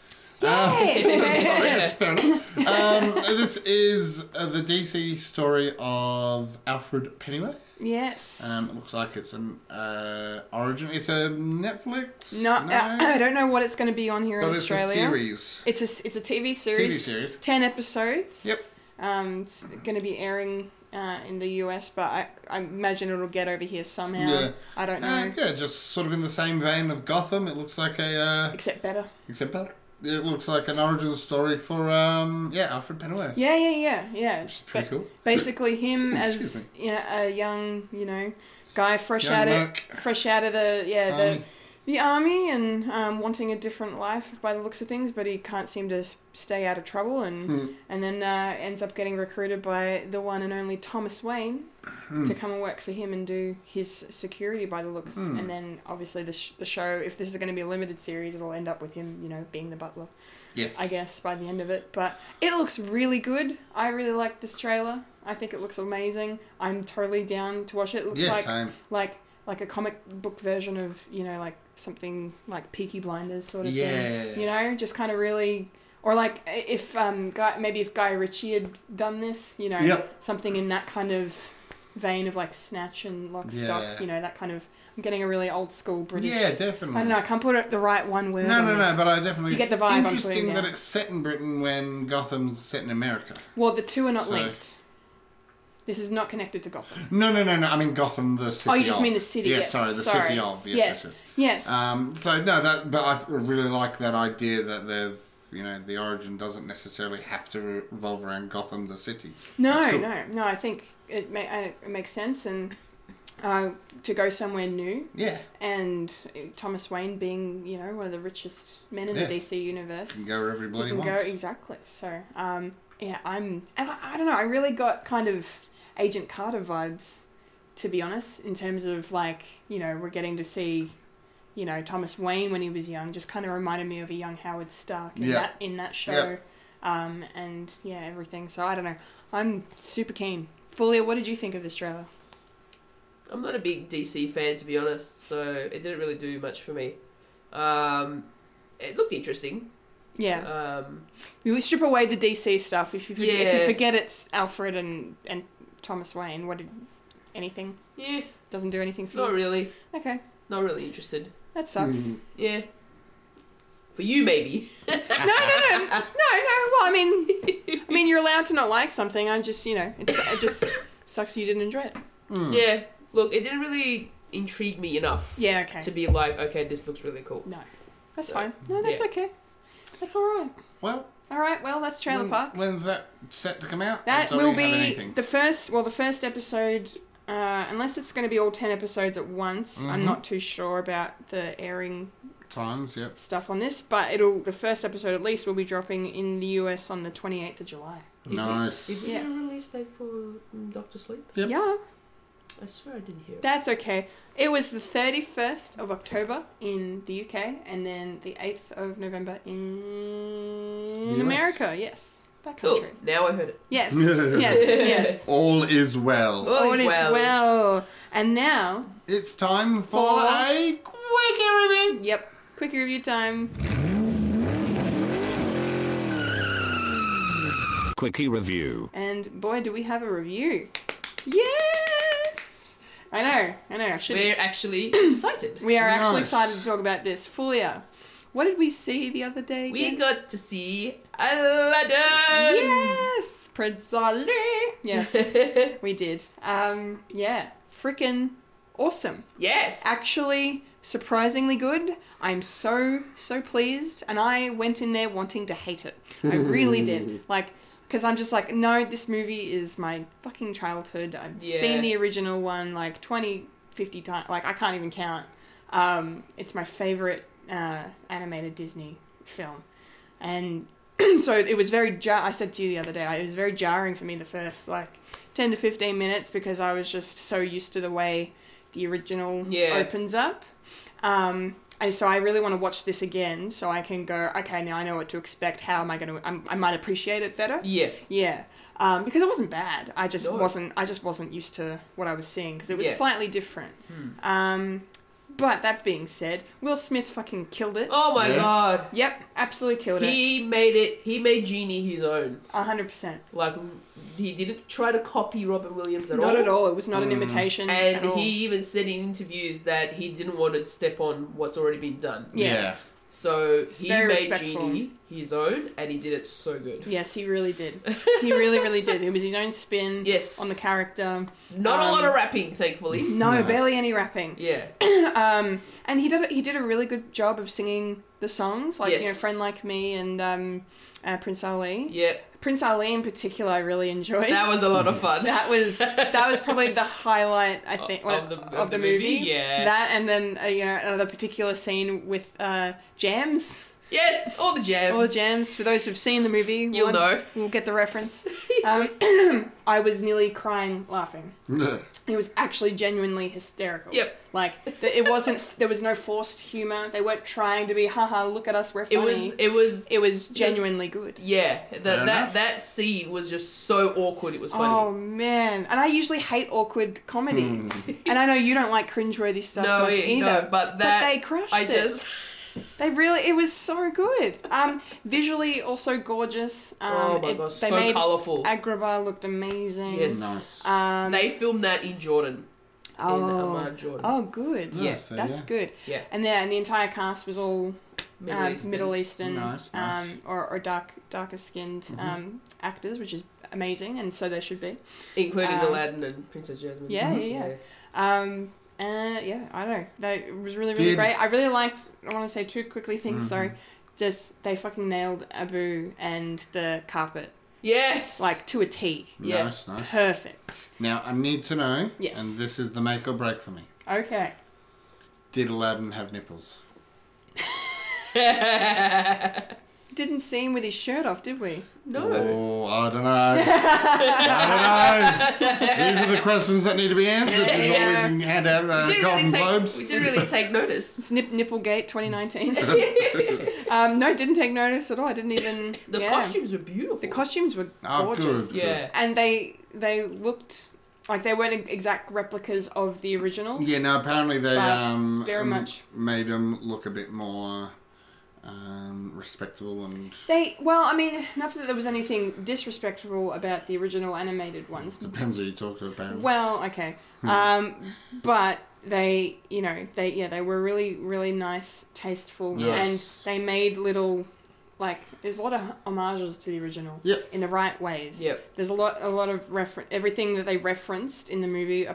Speaker 1: Um, Sorry, it's fair enough. um, this is uh, the DC story of Alfred Pennyworth.
Speaker 2: yes.
Speaker 1: Um, it looks like it's an uh, origin. It's a Netflix.
Speaker 2: no, I, I don't know what it's going to be on here
Speaker 1: but
Speaker 2: in
Speaker 1: it's
Speaker 2: Australia.
Speaker 1: a series.
Speaker 2: It's a it's a TV series.
Speaker 1: TV series.
Speaker 2: Ten episodes.
Speaker 1: Yep.
Speaker 2: Um, it's going to be airing uh, in the US, but I, I imagine it'll get over here somehow.
Speaker 1: Yeah.
Speaker 2: I don't know.
Speaker 1: Uh, yeah, just sort of in the same vein of Gotham. It looks like a uh,
Speaker 2: Except better.
Speaker 1: except better. It looks like an origin story for um yeah Alfred Pennyworth.
Speaker 2: Yeah, yeah, yeah, yeah. Which
Speaker 1: pretty cool.
Speaker 2: Basically, him as
Speaker 1: Excuse
Speaker 2: you know, a young, you know, guy fresh
Speaker 1: Young
Speaker 2: out
Speaker 1: merc.
Speaker 2: of fresh out of the yeah
Speaker 1: Army.
Speaker 2: the the army and um, wanting a different life by the looks of things, but he can't seem to s- stay out of trouble and
Speaker 1: Hmm.
Speaker 2: and then uh, ends up getting recruited by the one and only Thomas Wayne
Speaker 1: Hmm.
Speaker 2: to come and work for him and do his security by the looks.
Speaker 1: Hmm.
Speaker 2: And then obviously the sh- the show, if this is going to be a limited series, it'll end up with him, you know, being the butler.
Speaker 1: Yes.
Speaker 2: I guess, by the end of it. But it looks really good. I really like this trailer. I think it looks amazing. I'm totally down to watch it. It looks
Speaker 1: Yeah,
Speaker 2: like
Speaker 1: same.
Speaker 2: like like a comic book version of, you know, like something like Peaky Blinders sort of
Speaker 1: Yeah.
Speaker 2: thing. You know, just kind of really or like i- if um guy maybe if Guy Ritchie had done this, you know,
Speaker 1: Yep.
Speaker 2: something in that kind of vein of like Snatch and Lock
Speaker 1: Yeah.
Speaker 2: Stock, you know, that kind of I'm getting a really old school British
Speaker 1: Yeah, definitely.
Speaker 2: I don't know, I can't put it the right one word.
Speaker 1: No,
Speaker 2: on
Speaker 1: no,
Speaker 2: this.
Speaker 1: no. But I definitely
Speaker 2: You get the vibe I'm putting
Speaker 1: Interesting that
Speaker 2: down.
Speaker 1: it's set in Britain when Gotham's set in America.
Speaker 2: Well, the two are not
Speaker 1: So-
Speaker 2: linked. This is not connected to Gotham.
Speaker 1: No, no, no, no. I mean Gotham, the city.
Speaker 2: oh, you just
Speaker 1: of.
Speaker 2: mean the city?
Speaker 1: Yeah,
Speaker 2: yes.
Speaker 1: sorry, the
Speaker 2: sorry.
Speaker 1: city of. Yes, yes,
Speaker 2: yes,
Speaker 1: yes.
Speaker 2: yes.
Speaker 1: Um, so no, that. But I really like that idea that they've. You know, the origin doesn't necessarily have to revolve around Gotham, the city.
Speaker 2: no,
Speaker 1: That's cool.
Speaker 2: no, no. I think it, ma- I- it makes sense, and uh, to go somewhere new,
Speaker 1: Yeah,
Speaker 2: and uh, Thomas Wayne being, you know, one of the richest men in
Speaker 1: Yeah.
Speaker 2: the DC universe,
Speaker 1: you can go wherever you bloody
Speaker 2: You can
Speaker 1: want.
Speaker 2: go exactly. So, um, yeah, I'm. And I, I don't know. I really got kind of Agent Carter vibes, to be honest. In terms of like, you know, we're getting to see, you know, Thomas Wayne when he was young. Just kind of reminded me of a young Howard Stark in
Speaker 1: Yeah.
Speaker 2: that in that show.
Speaker 1: Yeah.
Speaker 2: Um, and yeah, everything. So I don't know. I'm super keen. Fulia, what did you think of this trailer?
Speaker 8: I'm not a big DC fan to be honest, so it didn't really do much for me. Um, it looked interesting.
Speaker 2: Yeah,
Speaker 8: Um,
Speaker 2: you strip away the DC stuff. If you forget, if
Speaker 8: Yeah.
Speaker 2: you forget it's Alfred and and Thomas Wayne, what did anything
Speaker 8: yeah,
Speaker 2: doesn't do anything for you?
Speaker 8: not really,
Speaker 2: Okay,
Speaker 8: not really interested.
Speaker 2: that sucks.
Speaker 1: Hmm.
Speaker 8: Yeah, for you maybe.
Speaker 2: No, no, no, no, no. Well, I mean, I mean, you're allowed to not like something. I just, you know, it's, it just sucks you didn't enjoy it.
Speaker 8: Yeah, look, it didn't really intrigue me enough
Speaker 2: Yeah, okay.
Speaker 8: to be like, okay, this looks really cool.
Speaker 2: no, that's
Speaker 8: So,
Speaker 2: fine. No, that's
Speaker 8: yeah.
Speaker 2: okay. That's all right.
Speaker 1: Well,
Speaker 2: All right. Well, that's Trailer
Speaker 1: when-
Speaker 2: Park.
Speaker 1: when's that set to come out?
Speaker 2: That
Speaker 1: Don't
Speaker 2: will
Speaker 1: we have
Speaker 2: be
Speaker 1: anything?
Speaker 2: the first. Well, the first episode, uh, unless it's going to be all ten episodes at once.
Speaker 1: Mm-hmm.
Speaker 2: I'm not too sure about the airing
Speaker 1: times. Yep.
Speaker 2: stuff on this, but it'll the first episode at least will be dropping in the US on the 28th of July.
Speaker 1: Nice.
Speaker 8: Did we
Speaker 2: Yeah.
Speaker 8: get a release date for mm, Doctor Sleep?
Speaker 1: Yep.
Speaker 2: Yeah.
Speaker 8: I swear I didn't hear. it.
Speaker 2: That's okay. It was the 31st of October in the UK and then the 8th of November in
Speaker 1: US.
Speaker 2: America. Yes. That
Speaker 8: Cool.
Speaker 2: country.
Speaker 8: Now I heard it.
Speaker 2: Yes. yes. Yes.
Speaker 1: All is well.
Speaker 8: All is well.
Speaker 2: And now,
Speaker 1: It's time for
Speaker 2: For-
Speaker 1: a quick review.
Speaker 2: yep, quick review time.
Speaker 7: Quickie Review.
Speaker 2: And boy, do we have a review! Yes, I know, I know. I should.
Speaker 8: We're actually excited.
Speaker 2: We are actually
Speaker 1: Nice.
Speaker 2: excited to talk about this. Fulia, what did we see the other day?
Speaker 8: We
Speaker 2: again?
Speaker 8: got to see Aladdin.
Speaker 2: yes, Prince Ali. Yes, we did. Um, yeah, freaking awesome.
Speaker 8: yes.
Speaker 2: Actually, surprisingly good. I'm so so pleased, and I went in there wanting to hate it. I really did. Like. Because I'm just like, no, this movie is my fucking childhood. I've
Speaker 8: Yeah.
Speaker 2: seen the original one like 20, 50 times. Like, I can't even count. Um, it's my favorite uh, animated Disney film, and so it was very. Jar- I said to you the other day, like, it was very jarring for me the first like ten to fifteen minutes because I was just so used to the way the original
Speaker 8: Yeah.
Speaker 2: opens up. Um, and so I really want to watch this again so I can go. Okay, now I know what to expect. How am I going to? I might appreciate it better.
Speaker 8: yeah.
Speaker 2: Yeah, um, because it wasn't bad. I just
Speaker 8: No.
Speaker 2: wasn't. I just wasn't used to what I was seeing because it was
Speaker 8: Yeah. Hmm.
Speaker 2: slightly different. Um, but that being said, Will Smith fucking killed it.
Speaker 8: Oh my
Speaker 1: Yeah.
Speaker 8: god.
Speaker 2: Yep, absolutely killed it.
Speaker 8: He made it. He made Genie his own.
Speaker 2: A hundred percent.
Speaker 8: Like he didn't try to copy Robin Williams at all.
Speaker 2: Not at all. It was not an imitation. at
Speaker 8: And
Speaker 2: all.
Speaker 8: he even said in interviews that he didn't want to step on what's already been done.
Speaker 2: Yeah.
Speaker 8: So he
Speaker 2: very
Speaker 8: made
Speaker 2: respectful.
Speaker 8: Genie his own, and he did it so good.
Speaker 2: Yes, he really did. He really, really did. It was his own spin.
Speaker 8: Yes.
Speaker 2: On the character.
Speaker 8: Not a
Speaker 2: Um,
Speaker 8: lot of rapping, thankfully.
Speaker 2: No, barely any rapping.
Speaker 8: Yeah.
Speaker 2: and he did a, he did a really good job of singing the songs, like you know,
Speaker 8: Yes.
Speaker 2: "Friend Like Me" and um, uh, Prince Ali.
Speaker 8: Yeah.
Speaker 2: Prince Ali in particular, I really enjoyed.
Speaker 8: That was a lot of fun.
Speaker 2: that was that was probably the highlight I think
Speaker 8: Of-
Speaker 2: of,
Speaker 8: of the-
Speaker 2: the, movie.
Speaker 8: yeah.
Speaker 2: that and then uh, you know another particular scene with uh, jams.
Speaker 8: yes, all the jams.
Speaker 2: All the jams for those who've seen the movie.
Speaker 8: You'll
Speaker 2: one-
Speaker 8: know.
Speaker 2: We'll get the reference. Um, I was nearly crying laughing. It was actually genuinely hysterical.
Speaker 8: Yep.
Speaker 2: Like th- it wasn't. There was no forced humor. They weren't trying to be haha. Look at us. We're
Speaker 8: It
Speaker 2: funny.
Speaker 8: was. It was.
Speaker 2: It was genuinely good.
Speaker 8: Yeah. That that
Speaker 1: enough.
Speaker 8: that scene was just so awkward. It was funny.
Speaker 2: Oh man! And I usually hate awkward comedy, and I know you don't like cringeworthy stuff
Speaker 8: no,
Speaker 2: much
Speaker 8: it-
Speaker 2: either.
Speaker 8: no, but that
Speaker 2: they crushed
Speaker 8: I
Speaker 2: it.
Speaker 8: just
Speaker 2: They really, it was so good. Um, visually also gorgeous. Um,
Speaker 8: Oh my
Speaker 2: it-
Speaker 8: gosh,
Speaker 2: they
Speaker 8: so
Speaker 2: made
Speaker 8: colourful.
Speaker 2: Agrabah looked amazing.
Speaker 8: yes. uh,
Speaker 1: Nice.
Speaker 2: Um,
Speaker 8: They filmed that in Jordan.
Speaker 2: oh,
Speaker 8: Amman, Jordan.
Speaker 2: oh, good.
Speaker 8: Yeah,
Speaker 1: so
Speaker 2: that's
Speaker 1: yeah.
Speaker 2: good.
Speaker 8: Yeah.
Speaker 2: And then and the entire cast was all
Speaker 8: Middle
Speaker 2: um,
Speaker 8: Eastern.
Speaker 2: Middle Eastern,
Speaker 1: Nice, nice. Mm-hmm.
Speaker 2: um, or, or dark, darker skinned um, actors, which is amazing, and so they should be.
Speaker 8: including
Speaker 2: um,
Speaker 8: Aladdin and Princess Jasmine. Mm-hmm.
Speaker 2: Yeah, yeah, yeah. Um, uh, yeah, I don't know. They, it was really, really
Speaker 1: Did- Mm-hmm.
Speaker 2: great. I really liked. I want to say two quickly things. Sorry, just they fucking nailed Abu and the carpet
Speaker 8: Yes.
Speaker 2: like to a T.
Speaker 8: Yeah.
Speaker 1: Nice, nice.
Speaker 2: Perfect.
Speaker 1: Now I need to know,
Speaker 2: Yes.
Speaker 1: and this is the make or break for me.
Speaker 2: Okay.
Speaker 1: Did Aladdin have nipples?
Speaker 2: Didn't see him with his shirt off, did we?
Speaker 8: no.
Speaker 1: Oh, I don't know. I don't know. These are the questions that need to be answered before
Speaker 8: Yeah.
Speaker 1: we can hand out uh,
Speaker 8: We didn't
Speaker 1: Golden
Speaker 8: really take,
Speaker 1: Globes.
Speaker 8: We didn't really take notice.
Speaker 2: Snip Nipplegate 2019. um, no, didn't take notice at all. I didn't even.
Speaker 8: The
Speaker 2: yeah.
Speaker 8: costumes were beautiful.
Speaker 2: The costumes were
Speaker 1: Oh,
Speaker 2: gorgeous.
Speaker 1: good.
Speaker 8: Yeah.
Speaker 2: and they they looked like they weren't exact replicas of the originals.
Speaker 1: Yeah, no, apparently they
Speaker 2: But
Speaker 1: um,
Speaker 2: very
Speaker 1: um,
Speaker 2: much-
Speaker 1: made them look a bit more um, respectable and
Speaker 2: They well, I mean, not that there was anything disrespectful about the original animated ones.
Speaker 1: depends who you talk to, apparently.
Speaker 2: Well, okay, um, but they, you know, they yeah, they were really really nice, tasteful,
Speaker 1: Yes.
Speaker 2: and they made little like there's a lot of homages to the original
Speaker 1: Yep.
Speaker 2: in the right ways.
Speaker 8: Yep.
Speaker 2: There's a lot a lot of reference everything that they referenced in the movie. Uh,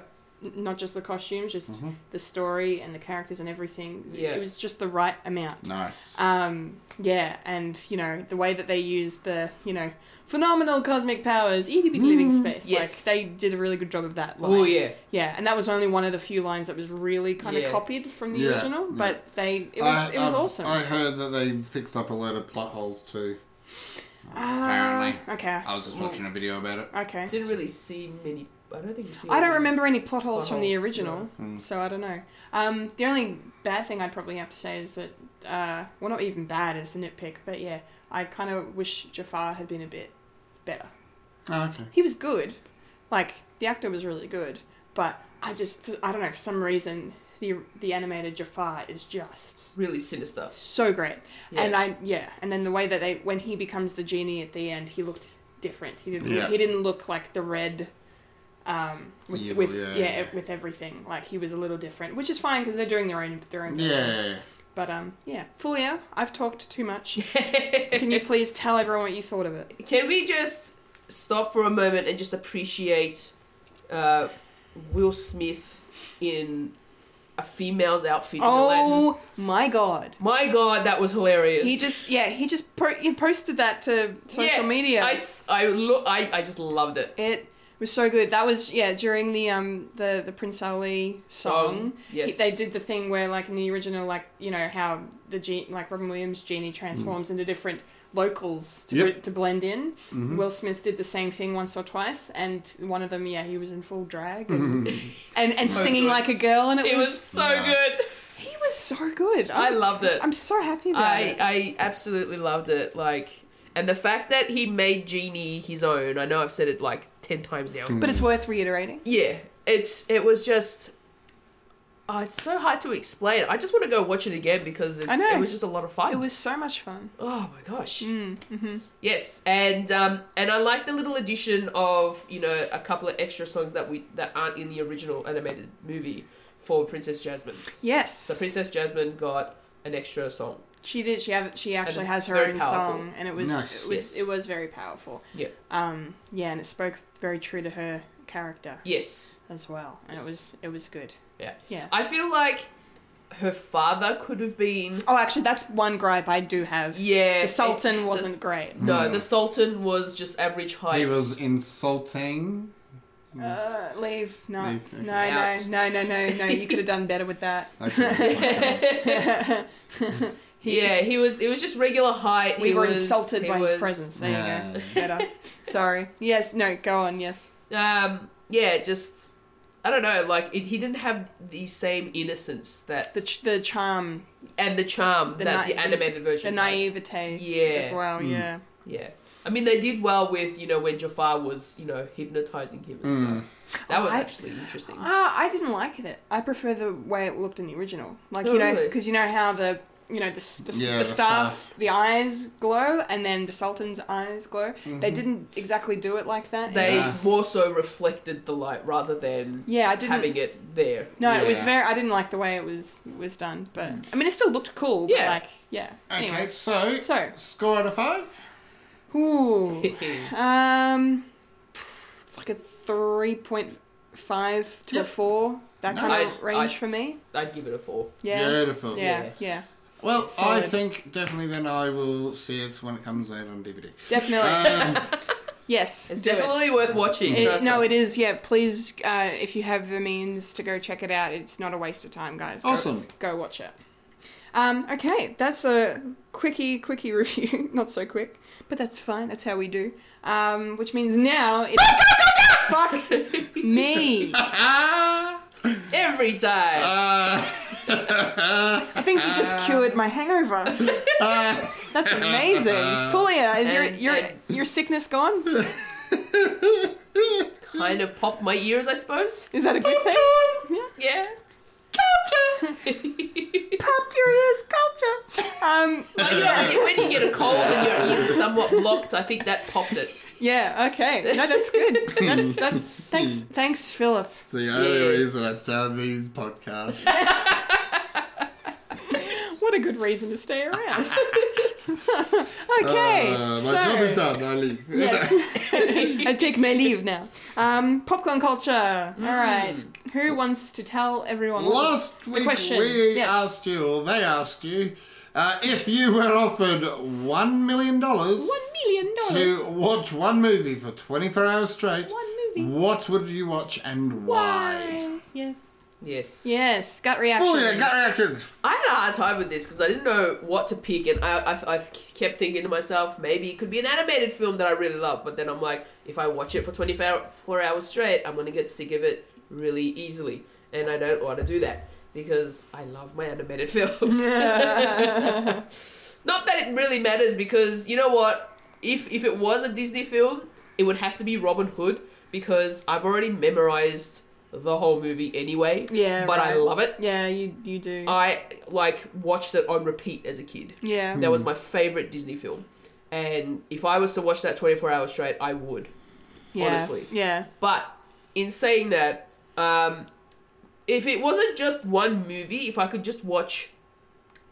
Speaker 2: not just the costumes, just the story and the characters and everything.
Speaker 8: Yeah.
Speaker 2: It was just the right amount.
Speaker 1: nice.
Speaker 2: Um, yeah, and you know the way that they use the you know phenomenal cosmic powers, E itty bitty living space.
Speaker 8: Mm. yes.
Speaker 2: Like they did a really good job of that. Line.
Speaker 8: Oh yeah.
Speaker 2: yeah, and that was only one of the few lines that was really kind of
Speaker 8: Yeah.
Speaker 2: copied from the
Speaker 1: Yeah,
Speaker 2: original.
Speaker 1: yeah.
Speaker 2: But they, it was
Speaker 1: I-
Speaker 2: it was
Speaker 1: I've-
Speaker 2: awesome.
Speaker 1: I heard that they fixed up a load of plot holes too.
Speaker 2: Uh,
Speaker 1: Apparently,
Speaker 2: okay,
Speaker 1: I was just watching a video about it.
Speaker 2: okay.
Speaker 8: Didn't really see many. I don't think you see.
Speaker 2: I don't
Speaker 8: any.
Speaker 2: remember any plot holes
Speaker 8: Plot
Speaker 2: from the
Speaker 8: holes,
Speaker 2: original,
Speaker 1: Hmm.
Speaker 2: so I don't know. Um, the only bad thing I'd probably have to say is that, uh, well, not even bad as a nitpick, but yeah, I kind of wish Jafar had been a bit better.
Speaker 1: Oh, okay.
Speaker 2: he was good. Like the actor was really good, but I just for- I don't know for some reason the the animated Jafar is just
Speaker 8: Really sinister.
Speaker 2: so great. And
Speaker 8: Yeah.
Speaker 2: I yeah, and then the way that they when he becomes the genie at the end, he looked different. He didn't.
Speaker 1: Yeah.
Speaker 2: He didn't look like the red. Um, with,
Speaker 1: Evil,
Speaker 2: with
Speaker 1: yeah,
Speaker 2: yeah,
Speaker 1: yeah.
Speaker 2: with everything, like he was a little different, which is fine because they're doing their own their own. thing.
Speaker 1: Yeah.
Speaker 2: But um, yeah, Fulia, I've talked too much. Can you please tell everyone what you thought of it?
Speaker 8: Can we just stop for a moment and just appreciate uh, Will Smith in a female's outfit? in Aladdin?
Speaker 2: Oh my god.
Speaker 8: my god, that was hilarious.
Speaker 2: He just yeah he just pro- he posted that to social
Speaker 8: Yeah,
Speaker 2: media.
Speaker 8: I, s- I look, I, I just loved it.
Speaker 2: It was so good. That was yeah during the um the the Prince Ali song.
Speaker 8: Song, yes.
Speaker 2: he- they did the thing where like in the original like you know how the gen- like Robin Williams genie transforms into different locals to,
Speaker 1: Yep.
Speaker 2: to blend in. Will Smith did the same thing once or twice, and one of them yeah he was in full drag and and, and
Speaker 8: So
Speaker 2: singing
Speaker 8: good.
Speaker 2: like a girl, and it,
Speaker 8: It
Speaker 2: was,
Speaker 8: was so
Speaker 1: Nice.
Speaker 8: good.
Speaker 2: he was so good.
Speaker 8: I
Speaker 2: I'm-
Speaker 8: loved it.
Speaker 2: I'm so happy about
Speaker 8: I,
Speaker 2: it.
Speaker 8: I absolutely loved it. Like, and the fact that he made Genie his own. I know I've said it like ten times now.
Speaker 2: but it's worth reiterating.
Speaker 8: Yeah, it's it was just. Oh, it's so hard to explain. I just want to go watch it again because it's,
Speaker 2: know.
Speaker 8: it was just a lot of fun.
Speaker 2: It was Mm, mm-hmm. so much fun.
Speaker 8: Oh my gosh. Yes, and um, and I like the little addition of you know a couple of extra songs that we that aren't in the original animated movie for Princess Jasmine.
Speaker 2: Yes.
Speaker 8: So Princess Jasmine got an extra song.
Speaker 2: She did. She have. She actually
Speaker 8: it's
Speaker 2: has her
Speaker 8: very
Speaker 2: own
Speaker 8: powerful.
Speaker 2: song, and it was
Speaker 1: Nice.
Speaker 2: it was
Speaker 8: Yes.
Speaker 2: it was very powerful.
Speaker 8: Yeah.
Speaker 2: Um. Yeah, and it spoke very true to her character
Speaker 8: Yes.
Speaker 2: as well, and it was it was good.
Speaker 8: Yeah.
Speaker 2: Yeah.
Speaker 8: I feel like her father could have been
Speaker 2: Oh, actually, that's one gripe I do have.
Speaker 8: Yeah,
Speaker 2: the Sultan
Speaker 8: it- the-
Speaker 2: wasn't great.
Speaker 8: no. The Sultan was just average height.
Speaker 1: Hmm. He was insulting.
Speaker 2: Uh, leave. No.
Speaker 1: Mm. Leave, okay.
Speaker 2: No.
Speaker 8: Out.
Speaker 2: No. No. No. No. No. You could have done better with that.
Speaker 1: Okay.
Speaker 8: yeah, he was. It was just regular height.
Speaker 2: We
Speaker 8: he
Speaker 2: were
Speaker 8: was-
Speaker 2: insulted
Speaker 8: he
Speaker 2: by his
Speaker 8: was-
Speaker 2: presence. There you
Speaker 1: Yeah.
Speaker 2: go. Better. Sorry. Yes. No. Go on. Yes.
Speaker 8: um yeah just i don't know like it, he didn't have the same innocence that
Speaker 2: The ch- the charm,
Speaker 8: and the charm
Speaker 2: The
Speaker 8: that
Speaker 2: na-
Speaker 8: the animated
Speaker 2: the
Speaker 8: version had.
Speaker 2: naivete.
Speaker 8: Yeah.
Speaker 2: As well.
Speaker 1: Mm.
Speaker 2: Yeah.
Speaker 8: yeah i mean they did well with you know when jafar was you know hypnotizing him and
Speaker 1: Hmm.
Speaker 8: stuff that was
Speaker 2: I-
Speaker 8: actually interesting
Speaker 2: Ah, I didn't like it. I prefer the way it looked in the original. Like you
Speaker 8: Oh,
Speaker 2: know,
Speaker 8: really?
Speaker 2: because you know how the you know the s- the, s-
Speaker 1: Yeah,
Speaker 2: the
Speaker 1: the
Speaker 2: staff,
Speaker 1: staff.
Speaker 2: the eyes glow, and then the sultan's eyes glow. They
Speaker 1: Mm-hmm.
Speaker 2: didn't exactly do it like that.
Speaker 8: they
Speaker 1: Yeah.
Speaker 8: more so reflected the light rather than
Speaker 2: Yeah, I didn't-
Speaker 8: having it there
Speaker 2: no, it was
Speaker 1: Yeah.
Speaker 2: very. I didn't like the way it was was done, but I mean, it still looked cool. But
Speaker 8: Mm. Yeah.
Speaker 2: like yeah.
Speaker 1: okay,
Speaker 2: Anyway.
Speaker 1: so,
Speaker 2: So.
Speaker 1: score out of five.
Speaker 2: Ooh. um, it's like a three point five to
Speaker 1: Yep.
Speaker 2: a four. That kind
Speaker 1: Nice.
Speaker 2: of range
Speaker 8: I-
Speaker 2: for me.
Speaker 8: i'd give it a four
Speaker 2: Yeah.
Speaker 1: Beautiful.
Speaker 2: Yeah.
Speaker 8: Yeah.
Speaker 2: Yeah.
Speaker 1: Well, I
Speaker 2: Solid.
Speaker 1: think definitely then I will see it when it comes out on DVD.
Speaker 2: Definitely.
Speaker 1: Um,
Speaker 2: yes.
Speaker 8: it's
Speaker 2: do it.
Speaker 8: definitely worth watching
Speaker 2: It-
Speaker 8: trust
Speaker 2: no,
Speaker 8: us.
Speaker 2: it is. Yeah, please, uh, if you have the means to go check it out, it's not a waste of time, guys. Go,
Speaker 1: Awesome.
Speaker 2: Go watch it. Um, okay, that's a quickie, quickie review. not so quick, but that's fine. That's how we do. Um, which means now it's. Fuck me.
Speaker 8: every time
Speaker 2: I think you just cured my hangover. That's amazing. Fulia, is your
Speaker 8: And-
Speaker 2: your
Speaker 8: and-
Speaker 2: your sickness gone?
Speaker 8: kind of popped my ears i suppose
Speaker 2: Is that a good thing? Yeah.
Speaker 8: yeah
Speaker 2: Culture. Popped your ears, culture. Um,
Speaker 8: But, you know, when you, when you get a cold and your ears somewhat locked, I think that popped it.
Speaker 2: Yeah. Okay. No, that's good. That's that's thanks. Thanks, Philip.
Speaker 1: it's the only
Speaker 8: Yes.
Speaker 1: reason I started these podcasts.
Speaker 2: What a good reason to stay around. okay.
Speaker 1: Uh, my
Speaker 2: so
Speaker 1: job is done. I leave.
Speaker 2: yes, I take my leave now. Um, popcorn culture. All right. Who wants to tell everyone? what was
Speaker 1: Last
Speaker 2: the
Speaker 1: week
Speaker 2: question?
Speaker 1: we
Speaker 2: Yes.
Speaker 1: asked you, or they asked you, uh, if you were offered one million dollars
Speaker 2: One million
Speaker 1: to
Speaker 2: dollars.
Speaker 1: watch one movie for twenty-four hours straight,
Speaker 2: One movie.
Speaker 1: what would you watch and why?
Speaker 2: Yes.
Speaker 8: Yes.
Speaker 2: Yes. Gut reaction.
Speaker 1: Oh yeah, gut reaction.
Speaker 8: I had a hard time with this because I didn't know what to pick, and I, I, I kept thinking to myself, maybe it could be an animated film that I really love, but then I'm like, if I watch it for 24 four hours straight, I'm going to get sick of it really easily, and I don't want to do that because I love my animated films. Not that it really matters because you know what? If if it was a Disney film, it would have to be Robin Hood because I've already memorized the whole movie anyway.
Speaker 2: Yeah.
Speaker 8: But I
Speaker 2: right.
Speaker 8: love it.
Speaker 2: Yeah. You you do.
Speaker 8: I like watched it on repeat as a kid.
Speaker 2: yeah. Mm.
Speaker 8: That was my favorite Disney film. And if I was to watch that 24 hours straight, I would.
Speaker 2: Yeah.
Speaker 8: Honestly.
Speaker 2: Yeah.
Speaker 8: But in saying that, um, if it wasn't just one movie, if I could just watch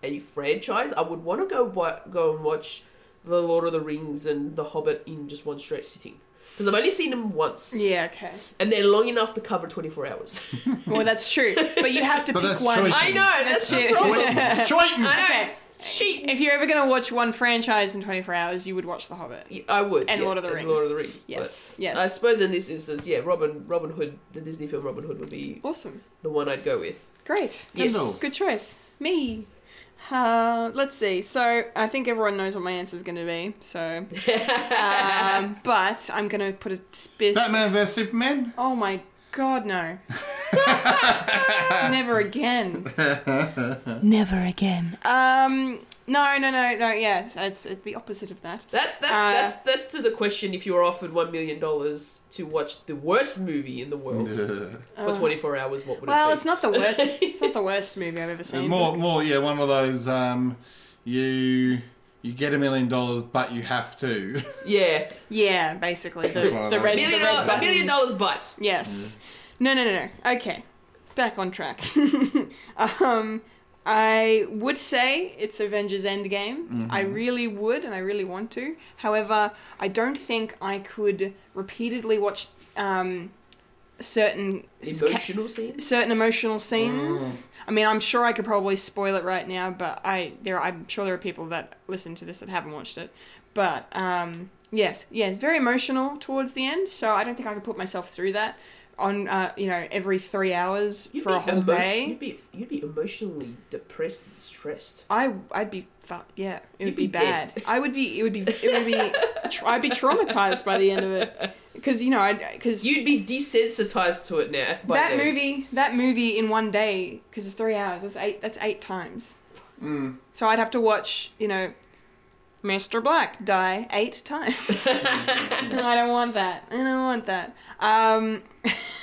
Speaker 8: a franchise, I would want to go wa- go and watch The Lord of the Rings and The Hobbit in just one straight sitting. Because I've only seen them once,
Speaker 2: Yeah, okay.
Speaker 8: and they're long enough to cover twenty four hours.
Speaker 2: Well, that's true. But you have to
Speaker 1: But
Speaker 2: pick
Speaker 1: that's
Speaker 2: one.
Speaker 1: choice. I know,
Speaker 8: that's
Speaker 2: That's
Speaker 8: just
Speaker 2: it.
Speaker 8: wrong.
Speaker 1: Choitin. It's Choitin.
Speaker 8: I know.
Speaker 2: Okay.
Speaker 8: it's cheap.
Speaker 2: If you're ever going to watch one franchise in 24 hours, you would watch The Hobbit.
Speaker 8: I would.
Speaker 2: And
Speaker 8: yeah,
Speaker 2: Lord of the Rings.
Speaker 8: Lord of the Rings.
Speaker 2: Yes,
Speaker 8: but
Speaker 2: yes.
Speaker 8: I suppose in this instance, yeah, Robin Robin Hood, the Disney film Robin Hood, would be
Speaker 2: Awesome.
Speaker 8: the one I'd go with.
Speaker 2: Great.
Speaker 8: Yes.
Speaker 1: Kendall.
Speaker 2: Good choice. Me. Uh, let's see. So I think everyone knows what my answer is going to be. So, um, but I'm going to put a spin.
Speaker 1: Batman vs Superman.
Speaker 2: Oh my god, no. Never again. Never again. Um, no, no, no, no. Yeah, it's, it's the opposite of that.
Speaker 8: That's that's
Speaker 2: Uh,
Speaker 8: that's that's to the question if you were offered one million dollars to watch the worst movie in the world
Speaker 2: Oh.
Speaker 8: for twenty four hours, what would
Speaker 2: Uh, Well,
Speaker 8: it be?
Speaker 2: it's not the worst. it's not the worst movie I've ever seen.
Speaker 1: More, more, yeah, one of those. Um, you you get a million dollars, but you have to.
Speaker 8: Yeah.
Speaker 2: Yeah, basically the
Speaker 1: It's one
Speaker 2: the
Speaker 1: of
Speaker 2: red, the
Speaker 1: those.
Speaker 2: red
Speaker 8: Million dollars
Speaker 2: button.
Speaker 8: million dollars but
Speaker 2: Yes. No, no, no, no. Okay. Back on track. um, I would say it's Avengers Endgame.
Speaker 1: Mm-hmm.
Speaker 2: I really would, and I really want to. However, I don't think I could repeatedly watch um, certain
Speaker 8: emotional scenes.
Speaker 2: certain emotional scenes.
Speaker 8: Mm.
Speaker 2: I mean, I'm sure I could probably spoil it right now, but I there I'm sure there are people that listen to this that haven't watched it. But um, yes, yes, very emotional towards the end. So I don't think I could put myself through that on uh, you know every three hours
Speaker 8: You'd
Speaker 2: for a
Speaker 8: be
Speaker 2: whole
Speaker 8: emo-
Speaker 2: day.
Speaker 8: You'd be you'd be emotionally depressed and stressed.
Speaker 2: I I'd be fucked. Yeah, it would
Speaker 8: be
Speaker 2: be, bad.
Speaker 8: dead.
Speaker 2: I would be. It would be. It would be. tr I'd be traumatized by the end of it because you know I because
Speaker 8: You'd be desensitized to it now. by
Speaker 2: that
Speaker 8: then.
Speaker 2: movie that movie in one day because it's three hours that's eight that's eight times so i'd have to watch you know mr black die eight times And i don't want that i don't want that um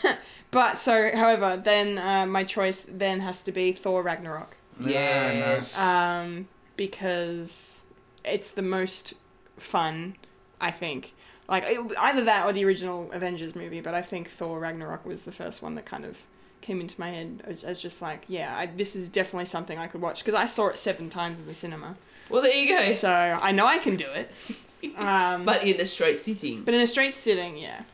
Speaker 2: but so however then uh, my choice then has to be thor ragnarok
Speaker 8: Yes.
Speaker 2: um, because it's the most fun, I think. Like it, either that or the original Avengers movie, but I think Thor Ragnarok was the first one that kind of came into my head as, as just like, yeah, I, this is definitely something I could watch because I saw it seven times in the cinema,
Speaker 8: well there you go.
Speaker 2: so I know I can do it.
Speaker 8: Eh.
Speaker 2: Um,
Speaker 8: but in a straight sitting.
Speaker 2: But in a straight sitting, yeah,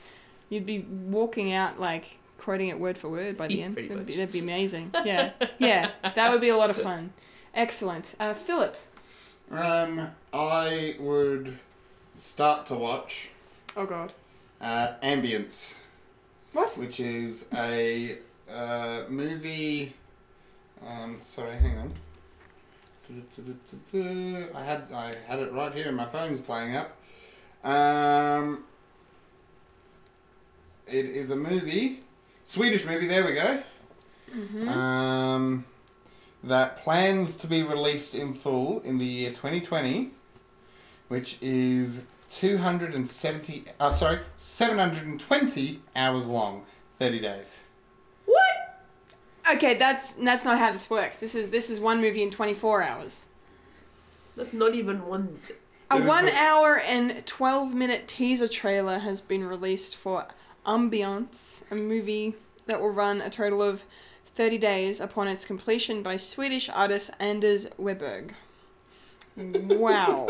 Speaker 2: you'd be walking out like quoting it word for word by the
Speaker 8: Yeah,
Speaker 2: end.
Speaker 8: pretty
Speaker 2: That'd be,
Speaker 8: much.
Speaker 2: that'd be amazing. Yeah, yeah, that would be a lot of fun. Excellent, uh, Philip.
Speaker 1: Um, I would start to watch
Speaker 2: Oh God.
Speaker 1: uh, Ambience,
Speaker 2: What?
Speaker 1: which is a uh, movie. Um, sorry, hang on. I had I had it right here, and my phone's playing up. Um, it is a movie, Swedish movie. There we go. Um, that plans to be released in full in the year 2020, which is 270. Uh, sorry, 720 hours long, 30 days.
Speaker 2: What? Okay, that's that's not how this works. This is this is one movie in 24 hours.
Speaker 8: That's not even one
Speaker 2: A
Speaker 1: Yeah,
Speaker 2: one
Speaker 1: but-
Speaker 2: hour and 12 minute teaser trailer has been released for Ambiance, a movie that will run a total of 30 days upon its completion by Swedish artist Anders Weberg. Wow.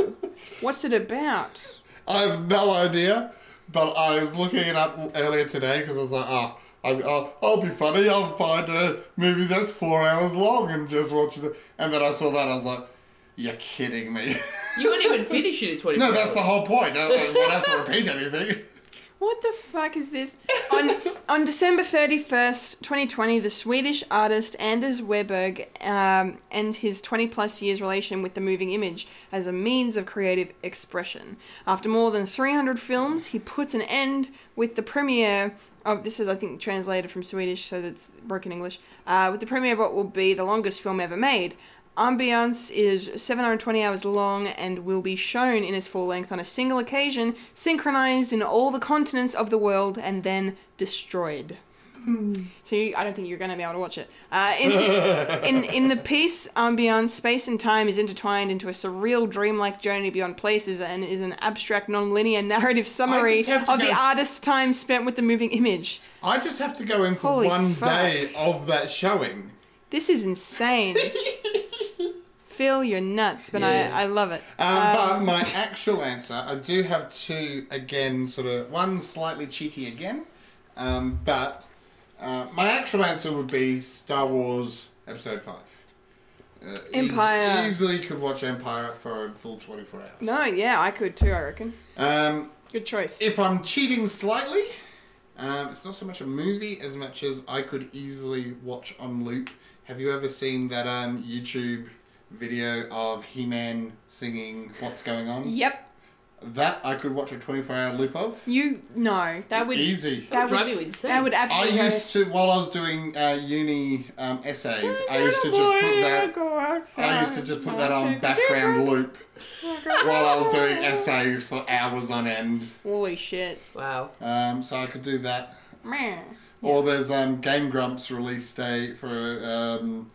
Speaker 2: What's it about?
Speaker 1: I have no idea, but I was looking it up earlier today because I was like, oh, I, I'll, I'll be funny. I'll find a movie that's four hours long and just watch it. And then I saw that, I was like, you're kidding me.
Speaker 8: You wouldn't even finish it in twenty four
Speaker 1: no, that's the whole point. I don't I don't have to repeat anything.
Speaker 2: What the fuck is this? on on December 31st, 2020, the Swedish artist Anders Weberg um, and his 20 plus years relation with the moving image as a means of creative expression. After more than 300 films, he puts an end with the premiere of this is I think translated from Swedish, so that's broken English. Uh, with the premiere of what will be the longest film ever made. Ambiance is 720 hours long and will be shown in its full length on a single occasion, synchronized in all the continents of the world, and then destroyed.
Speaker 1: Hmm.
Speaker 2: so you, I don't think you're going to be able to watch it. Uh, in, in, in the piece, Ambiance, space and time is intertwined into a surreal, dreamlike journey beyond places and is an abstract, non-linear narrative summary
Speaker 1: just have
Speaker 2: of
Speaker 1: to
Speaker 2: the
Speaker 1: go-
Speaker 2: artist's time spent with the moving image.
Speaker 1: I just have to go in for
Speaker 2: Holy
Speaker 1: one
Speaker 2: fuck.
Speaker 1: day of that showing.
Speaker 2: This is insane. Phil, you're nuts, but
Speaker 8: Yeah.
Speaker 2: I, I love it.
Speaker 1: Um, but my actual answer, I do have two again, sort of one slightly cheaty again, um, but uh, my actual answer would be Star Wars Episode Five. Uh, eas-
Speaker 2: Empire.
Speaker 1: easily could watch Empire for a full twenty four hours.
Speaker 2: No, yeah, I could too, I reckon.
Speaker 1: Um,
Speaker 2: Good choice.
Speaker 1: if I'm cheating slightly, um, it's not so much a movie as much as I could easily watch on loop. Have you ever seen that um, YouTube video of He-Man singing "What's Going On"?
Speaker 2: Yep.
Speaker 1: That I could watch a 24 hour loop of.
Speaker 2: You no, that would
Speaker 1: Easy.
Speaker 2: That
Speaker 8: Drive
Speaker 2: would,
Speaker 8: you
Speaker 2: s-
Speaker 8: insane.
Speaker 2: That would
Speaker 1: I
Speaker 2: absolutely.
Speaker 1: used to, while I was doing uh, uni um, essays,
Speaker 2: Oh
Speaker 1: I used to just put that. I used to just put that on background loop while I was doing essays for hours on end,
Speaker 2: Holy shit!
Speaker 8: Wow.
Speaker 1: um, so I could do that.
Speaker 2: Meh.
Speaker 1: Or there's um, Game Grumps released a for um,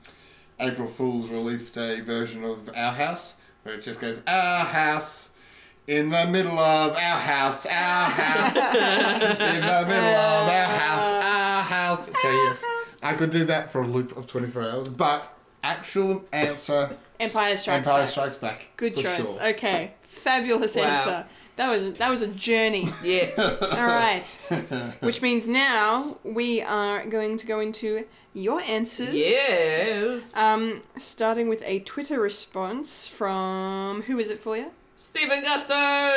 Speaker 1: April Fools released a version of Our House where it just goes Our House in the middle of Our House, Our House in the middle of Our House, Our House. So yes, I could do that for a loop of 24 hours. But actual answer
Speaker 2: Empire Strikes
Speaker 1: Empire
Speaker 2: Back.
Speaker 1: Strikes Back.
Speaker 2: Good
Speaker 1: for
Speaker 2: choice.
Speaker 1: sure.
Speaker 2: Okay, fabulous
Speaker 8: Wow.
Speaker 2: answer. That was that was a journey.
Speaker 8: Yeah.
Speaker 2: All right, which means now we are going to go into your answers.
Speaker 8: yes.
Speaker 2: Um, starting with a Twitter response from who is it for you?
Speaker 8: Stephen Gusto.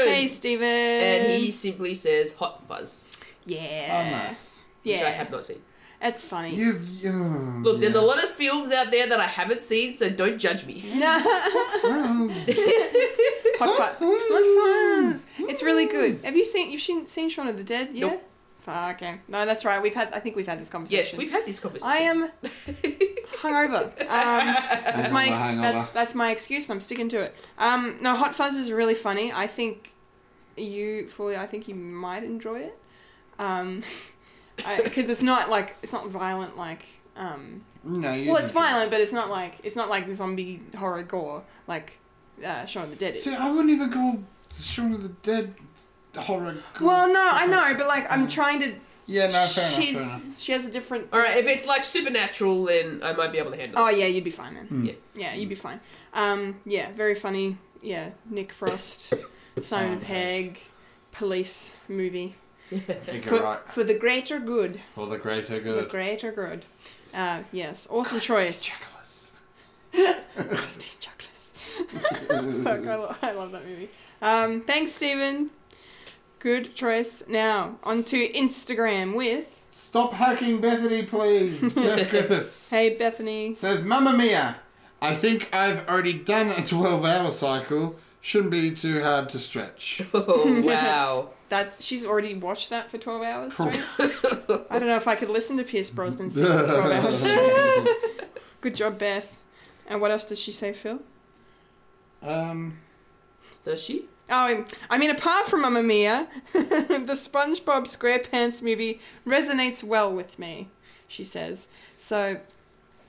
Speaker 2: Hey, Steven.
Speaker 8: and he simply says hot fuzz,
Speaker 1: Oh,
Speaker 2: Yeah.
Speaker 1: nice.
Speaker 2: Yeah.
Speaker 8: which I have not seen.
Speaker 2: That's funny.
Speaker 1: You've yeah.
Speaker 8: Look, there's a lot of films out there that I haven't seen, so don't judge me.
Speaker 2: Hot fu- hot fuzz. It's really good. Have you seen you've seen, seen Shaun of the Dead? Yeah.
Speaker 8: Nope.
Speaker 2: Fuck, okay. No, that's right. We've had I think we've had this conversation.
Speaker 8: Yes, we've had this conversation.
Speaker 2: I am hungover. Um, that's my
Speaker 1: Hangover,
Speaker 2: ex- that's
Speaker 1: hangover.
Speaker 2: that's my excuse, and I'm sticking to it. Um, no, Hot Fuzz is really funny. I think you fully. I think you might enjoy it, um, because it's not like it's not violent like um,
Speaker 1: No, you
Speaker 2: well, it's
Speaker 1: didn't.
Speaker 2: violent, but it's not like it's not like zombie horror gore like uh, Shaun of the Dead is.
Speaker 1: See, I wouldn't even call Shaun of the Dead horror. gore.
Speaker 2: well, no, I know, but like I'm trying to.
Speaker 1: Mm. Yeah, no, fair enough.
Speaker 2: she's
Speaker 1: Fair enough.
Speaker 2: she has a different.
Speaker 8: All right, if it's like supernatural, then I might be able to handle.
Speaker 2: Oh
Speaker 8: it.
Speaker 2: yeah, you'd be fine then.
Speaker 1: Mm.
Speaker 8: Yeah.
Speaker 2: Yeah, you'd be fine. Um, yeah, very funny. Yeah, Nick Frost, Simon
Speaker 1: uh,
Speaker 2: Pegg, police movie
Speaker 1: I think
Speaker 2: for,
Speaker 1: you're right.
Speaker 2: for the greater good.
Speaker 1: For the greater
Speaker 2: The
Speaker 1: good.
Speaker 2: greater good. Uh, yes, awesome choice.
Speaker 1: Nicholas.
Speaker 2: Steve Chuckless. Fuck, I, lo- I love that movie. Um, thanks, Stephen. Good choice. Now on to Instagram with
Speaker 1: Stop hacking Bethany, please. Beth Griffiths
Speaker 2: Hey Bethany.
Speaker 1: says, Mamma Mia, I think I've already done a 12 hour cycle. Shouldn't be too hard to stretch.
Speaker 8: Oh wow.
Speaker 2: That she's already watched that for twelve hours straight. I don't know if I could listen to Pierce Brosnan sing for twelve hours straight. Good job, Beth. And what else does she say, Phil?
Speaker 1: um,
Speaker 8: Does she?
Speaker 2: Oh, and- I mean, apart from Mamma Mia, the SpongeBob SquarePants movie resonates well with me, she says. So,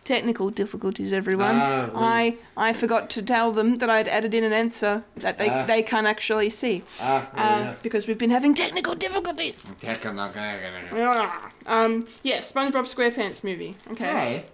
Speaker 2: technical difficulties, everyone.
Speaker 1: Ah, we-
Speaker 2: I I forgot to tell them that I'd added in an answer that they,
Speaker 1: Ah.
Speaker 2: they can't actually see
Speaker 1: ah,
Speaker 2: uh,
Speaker 1: there
Speaker 2: because we've been having technical difficulties.
Speaker 1: we go. Heck, I'm not gonna- gonna- gonna-
Speaker 2: Um, yeah, SpongeBob SquarePants movie. Okay,
Speaker 1: Hey.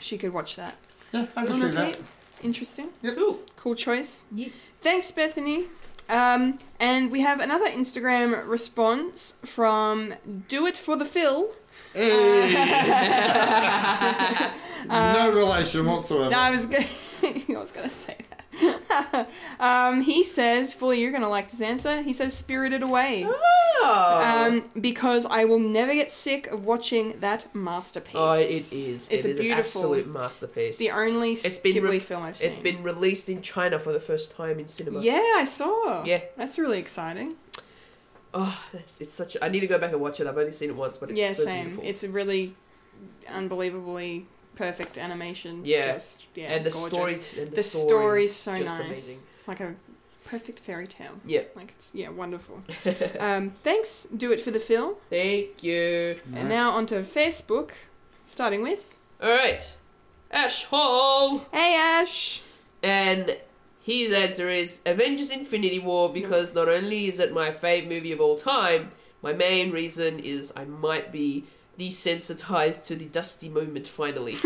Speaker 2: she could watch that.
Speaker 1: Yeah, I can see that.
Speaker 2: Interesting.
Speaker 8: Cool.
Speaker 2: Cool choice.
Speaker 8: Yeah.
Speaker 2: Thanks, Bethany. Um, and we have another Instagram response from Do It For The Phil.
Speaker 1: no relation whatsoever.
Speaker 2: No, I was gonna, I was gonna say that. um, he says, "Fully, you're gonna like this answer." He says, "Spirited Away,"
Speaker 8: Oh.
Speaker 2: um, because I will never get sick of watching that masterpiece.
Speaker 8: oh, it is.
Speaker 2: It's
Speaker 8: It
Speaker 2: a
Speaker 8: is an
Speaker 2: beautiful.
Speaker 8: absolute masterpiece.
Speaker 2: the only
Speaker 8: it's been
Speaker 2: Ghibli
Speaker 8: re-
Speaker 2: film I've seen.
Speaker 8: It's been released in China for the first time in cinema.
Speaker 2: Yeah, I saw.
Speaker 8: Yeah.
Speaker 2: that's really exciting.
Speaker 8: Oh, that's, it's such. A, I need to go back and watch it. I've only seen it once, but it's
Speaker 2: yeah,
Speaker 8: so
Speaker 2: same.
Speaker 8: beautiful.
Speaker 2: It's a really unbelievably perfect animation.
Speaker 8: Yeah.
Speaker 2: just, yeah,
Speaker 8: and the
Speaker 2: gorgeous.
Speaker 8: story. And the,
Speaker 2: the story's so
Speaker 8: just
Speaker 2: nice.
Speaker 8: Amazing.
Speaker 2: It's like a perfect fairy tale.
Speaker 8: Yeah.
Speaker 2: Like it's yeah, wonderful. um, thanks. Do it for the film.
Speaker 8: Thank you.
Speaker 2: And now onto Facebook, starting with
Speaker 8: All right. Ash Hall.
Speaker 2: Hey Ash.
Speaker 8: And his answer is Avengers Infinity War because not only is it my fave movie of all time, my main reason is I might be desensitized to the dusty moment finally.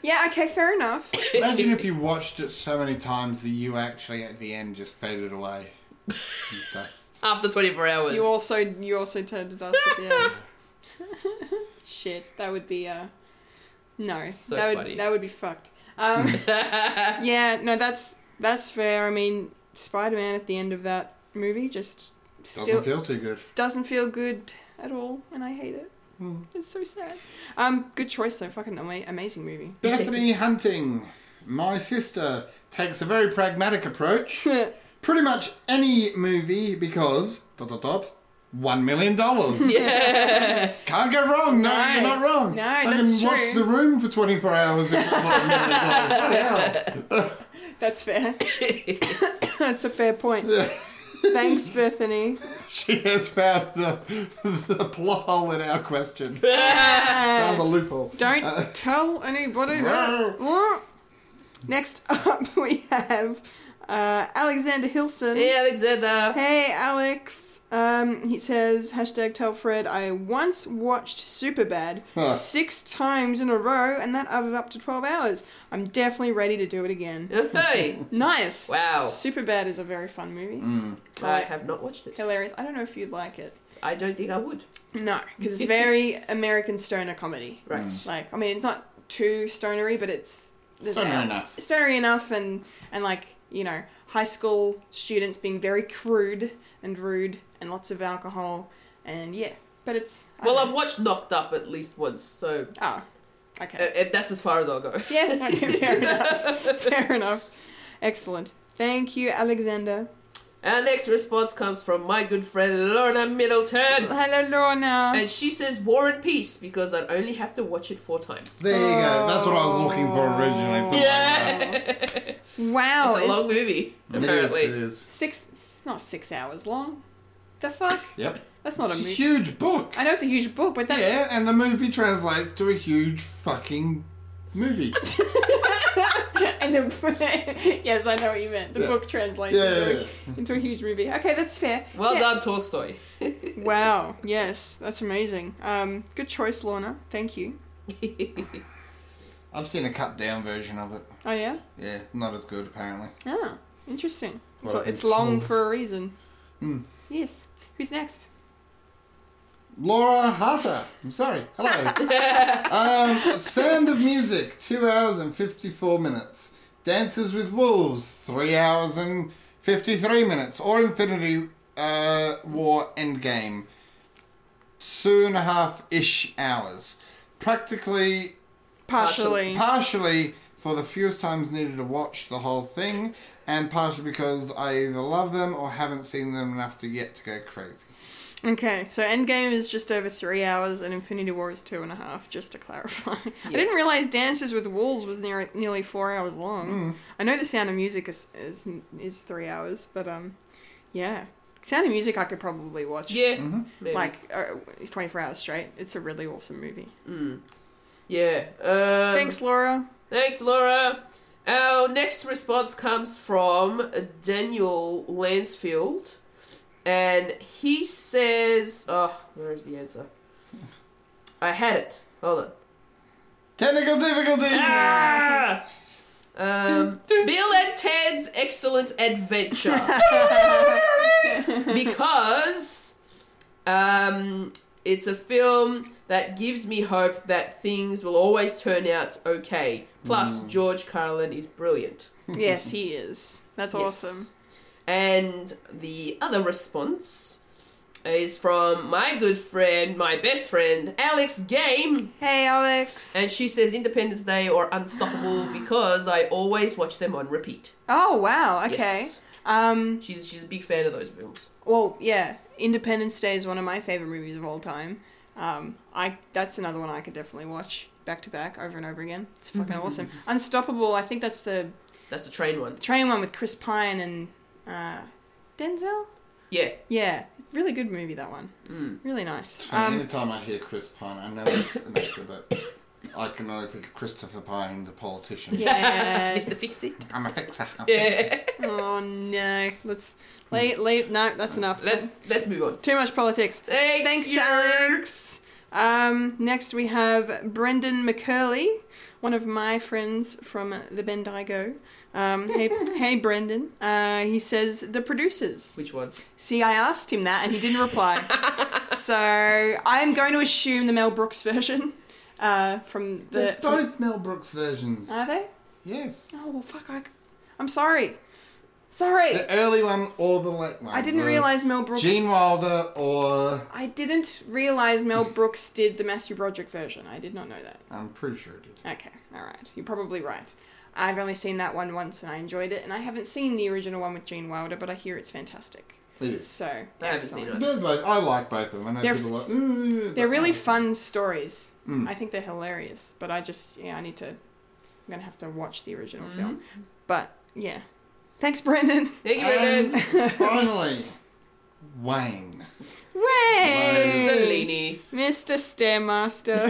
Speaker 2: Yeah. Okay. Fair enough.
Speaker 1: Imagine if you watched it so many times that you actually at the end just faded away. Dust.
Speaker 8: After 24 hours.
Speaker 2: You also you also turned to dust at the end. Shit, that would be uh no,
Speaker 8: So
Speaker 2: that would
Speaker 8: funny.
Speaker 2: that would be fucked. Um, yeah, no, that's that's fair. I mean, Spider Man at the end of that movie just still
Speaker 1: Doesn't feel too good.
Speaker 2: doesn't feel good at all, and I hate it.
Speaker 8: Hmm.
Speaker 2: It's so sad. Um, good choice though. Fucking ama- amazing movie.
Speaker 1: Bethany Hunting, my sister, takes a very pragmatic approach. Pretty much any movie because dot dot dot one million dollars.
Speaker 8: Yeah.
Speaker 1: Can't go wrong. No,
Speaker 2: No.
Speaker 1: you're not wrong.
Speaker 2: No,
Speaker 1: I can
Speaker 2: that's true.
Speaker 1: watch The Room for 24 hours. If it were $1 million. Bloody hell.
Speaker 2: That's fair. that's a fair point. Thanks, Bethany.
Speaker 1: She has found the, the plot hole in our question. found the loophole.
Speaker 2: Don't tell anybody that. Next up, we have uh, Alexander Hilson.
Speaker 8: hey, Alexander.
Speaker 2: Hey, Alex. Um, he says, hashtag tell Fred, I once watched Superbad
Speaker 1: Huh.
Speaker 2: six times in a row, and that added up to 12 hours. I'm definitely ready to do it again.
Speaker 8: Hey.
Speaker 2: Nice.
Speaker 8: Wow.
Speaker 2: Superbad is a very fun movie.
Speaker 8: I have not watched it.
Speaker 2: Hilarious. I don't know if you'd like it.
Speaker 8: I don't think I would.
Speaker 2: No, because it's very American stoner comedy.
Speaker 8: Right.
Speaker 2: Like, I mean, it's not too stonery, but it's there's
Speaker 1: Stonery
Speaker 2: an-
Speaker 1: enough.
Speaker 2: Stonery enough, and and like you know, high school students being very crude and rude, and lots of alcohol, and yeah. But it's I
Speaker 8: Well,
Speaker 2: don't
Speaker 8: I've
Speaker 2: know.
Speaker 8: watched Knocked Up at least once, so
Speaker 2: oh,
Speaker 8: uh,
Speaker 2: okay,
Speaker 8: uh, that's as far as I'll go.
Speaker 2: yeah, okay, fair enough, fair enough, excellent. Thank you, Alexander.
Speaker 8: Our next response comes from my good friend Lorna Middleton.
Speaker 2: Hello,
Speaker 1: Uh-huh.
Speaker 2: Lorna.
Speaker 8: And she says War and Peace because I'd only have to watch it four times.
Speaker 1: There you go. That's what I was looking for originally. something like that.
Speaker 8: Yeah.
Speaker 2: Wow,
Speaker 8: it's a
Speaker 2: is
Speaker 8: long movie,
Speaker 1: Oh, It is, it
Speaker 8: apparently.
Speaker 1: is.
Speaker 2: six? It's not six hours long. The fuck?
Speaker 1: Yep.
Speaker 2: That's not a
Speaker 1: It's a
Speaker 2: movie.
Speaker 1: huge book.
Speaker 2: I know it's a huge book, but that
Speaker 1: Yeah, and the movie translates to a huge fucking movie.
Speaker 2: and the yes, I know what you meant. The
Speaker 1: Yeah.
Speaker 2: book translates
Speaker 1: Yeah,
Speaker 2: into,
Speaker 1: yeah,
Speaker 2: A, into a huge movie. Okay, that's fair.
Speaker 8: Well
Speaker 2: Yeah.
Speaker 8: done, Tolstoy.
Speaker 2: Wow. Yes, that's amazing. Um, good choice, Lorna. Thank you.
Speaker 1: I've seen a cut down version of it.
Speaker 2: Oh yeah.
Speaker 1: Yeah, not as good apparently.
Speaker 2: Oh, interesting. It's,
Speaker 1: Well, Hmm.
Speaker 2: it's
Speaker 1: it's
Speaker 2: long
Speaker 1: long.
Speaker 2: for a reason. Yes. Who's next?
Speaker 1: Laura Harter. I'm sorry. Hello. um, Sound of Music, two hours and fifty-four minutes. Dances with Wolves, three hours and fifty-three minutes. Or Infinity uh, War Endgame, two and a half ish hours. Practically
Speaker 2: Partially.
Speaker 1: partially for the fewest times needed to watch the whole thing, and partially because I either love them or haven't seen them enough to yet to go crazy.
Speaker 2: Okay, so Endgame is just over three hours, and Infinity War is two and a half. Just to clarify, I didn't realize Dances with Wolves was near, nearly four hours
Speaker 8: Hmm.
Speaker 2: long. I know The Sound of Music is, is is three hours, but um, yeah, Sound of Music I could probably watch.
Speaker 8: Yeah.
Speaker 1: Mm-hmm.
Speaker 8: maybe.
Speaker 2: Like uh, 24 hours straight. It's a really awesome movie.
Speaker 8: Um, Yeah. Um,
Speaker 2: Thanks, Laura.
Speaker 8: Thanks, Laura. Our next response comes from Daniel Lansfield, and he says, "Oh, where is the answer? I had it. Hold on.
Speaker 1: Technical difficulty.
Speaker 8: Ah! Um, Bill and Ted's Excellent Adventure. because um, it's a film that gives me hope that things will always turn out okay. Plus, George Carlin is brilliant.
Speaker 2: yes, he is. That's
Speaker 8: hmm. Yes.
Speaker 2: awesome.
Speaker 8: And the other response is from my good friend, my best friend, Alex Game.
Speaker 2: Hey, Alex.
Speaker 8: And she says Independence Day or Unstoppable because I always watch them on repeat.
Speaker 2: Oh, wow. Okay.
Speaker 8: Yes.
Speaker 2: Um,
Speaker 8: She's she's a big fan of those films.
Speaker 2: Well, yeah, Independence Day is one of my favorite movies of all time. Um, I that's another one I could definitely watch back to back over and over again. It's fucking awesome. Unstoppable. I think that's the
Speaker 8: That's the train one.
Speaker 2: Train one with Chris Pine and uh, Denzel.
Speaker 8: Yeah.
Speaker 2: Yeah, really good movie that one. Really nice.
Speaker 1: I mean,
Speaker 2: Um,
Speaker 1: anytime I hear Chris Pine, I know it's an actor, but I can only think of Christopher Pine, the politician.
Speaker 2: yeah.
Speaker 8: Mr. Fix It.
Speaker 1: I'm a fixer. I'm fixer.
Speaker 8: Yeah.
Speaker 2: oh no, let's leave. leave. No, that's enough.
Speaker 8: let's let's move on.
Speaker 2: too much politics.
Speaker 8: Thank
Speaker 2: Thanks,
Speaker 8: you.
Speaker 2: Alex. Um, next we have Brendan McCurley, one of my friends from the Bendigo. Um, hey, hey, Brendan. Uh, he says the producers.
Speaker 8: Which one?
Speaker 2: See, I asked him that and he didn't reply. so I am going to assume the Mel Brooks version uh, from the.
Speaker 1: They're
Speaker 2: From,
Speaker 1: both Mel Brooks versions.
Speaker 2: are they?
Speaker 1: yes.
Speaker 2: Uh, Oh well, fuck! I, I'm sorry. Sorry,
Speaker 1: The early one or the late one.
Speaker 2: I didn't
Speaker 1: Uh,
Speaker 2: realize Mel Brooks.
Speaker 1: Gene Wilder or.
Speaker 2: I didn't realize Mel Brooks did the Matthew Broderick version. I did not know that.
Speaker 1: I'm pretty sure it did.
Speaker 2: Okay, all right. You're probably right. I've only seen that one once and I enjoyed it, and I haven't seen the original one with Gene Wilder, but I hear it's fantastic.
Speaker 1: It is.
Speaker 2: So
Speaker 8: I haven't seen
Speaker 2: excellent.
Speaker 8: it.
Speaker 1: They're both- I like both of them. I know
Speaker 2: They're
Speaker 1: people
Speaker 2: f- mm,
Speaker 1: like. "Ooh,"
Speaker 2: They're
Speaker 1: but
Speaker 2: really
Speaker 1: I-
Speaker 2: fun stories.
Speaker 8: Mm.
Speaker 2: I think they're hilarious, but I just yeah, I need to. I'm gonna have to watch the original film,
Speaker 8: Mm-hmm.
Speaker 2: but yeah. Thanks, Brendan.
Speaker 8: Thank you,
Speaker 1: And
Speaker 2: Um,
Speaker 1: "Mm,
Speaker 8: Brendan.
Speaker 1: finally, Wayne.
Speaker 2: Way,
Speaker 8: Stellini.
Speaker 2: Mr. Stairmaster.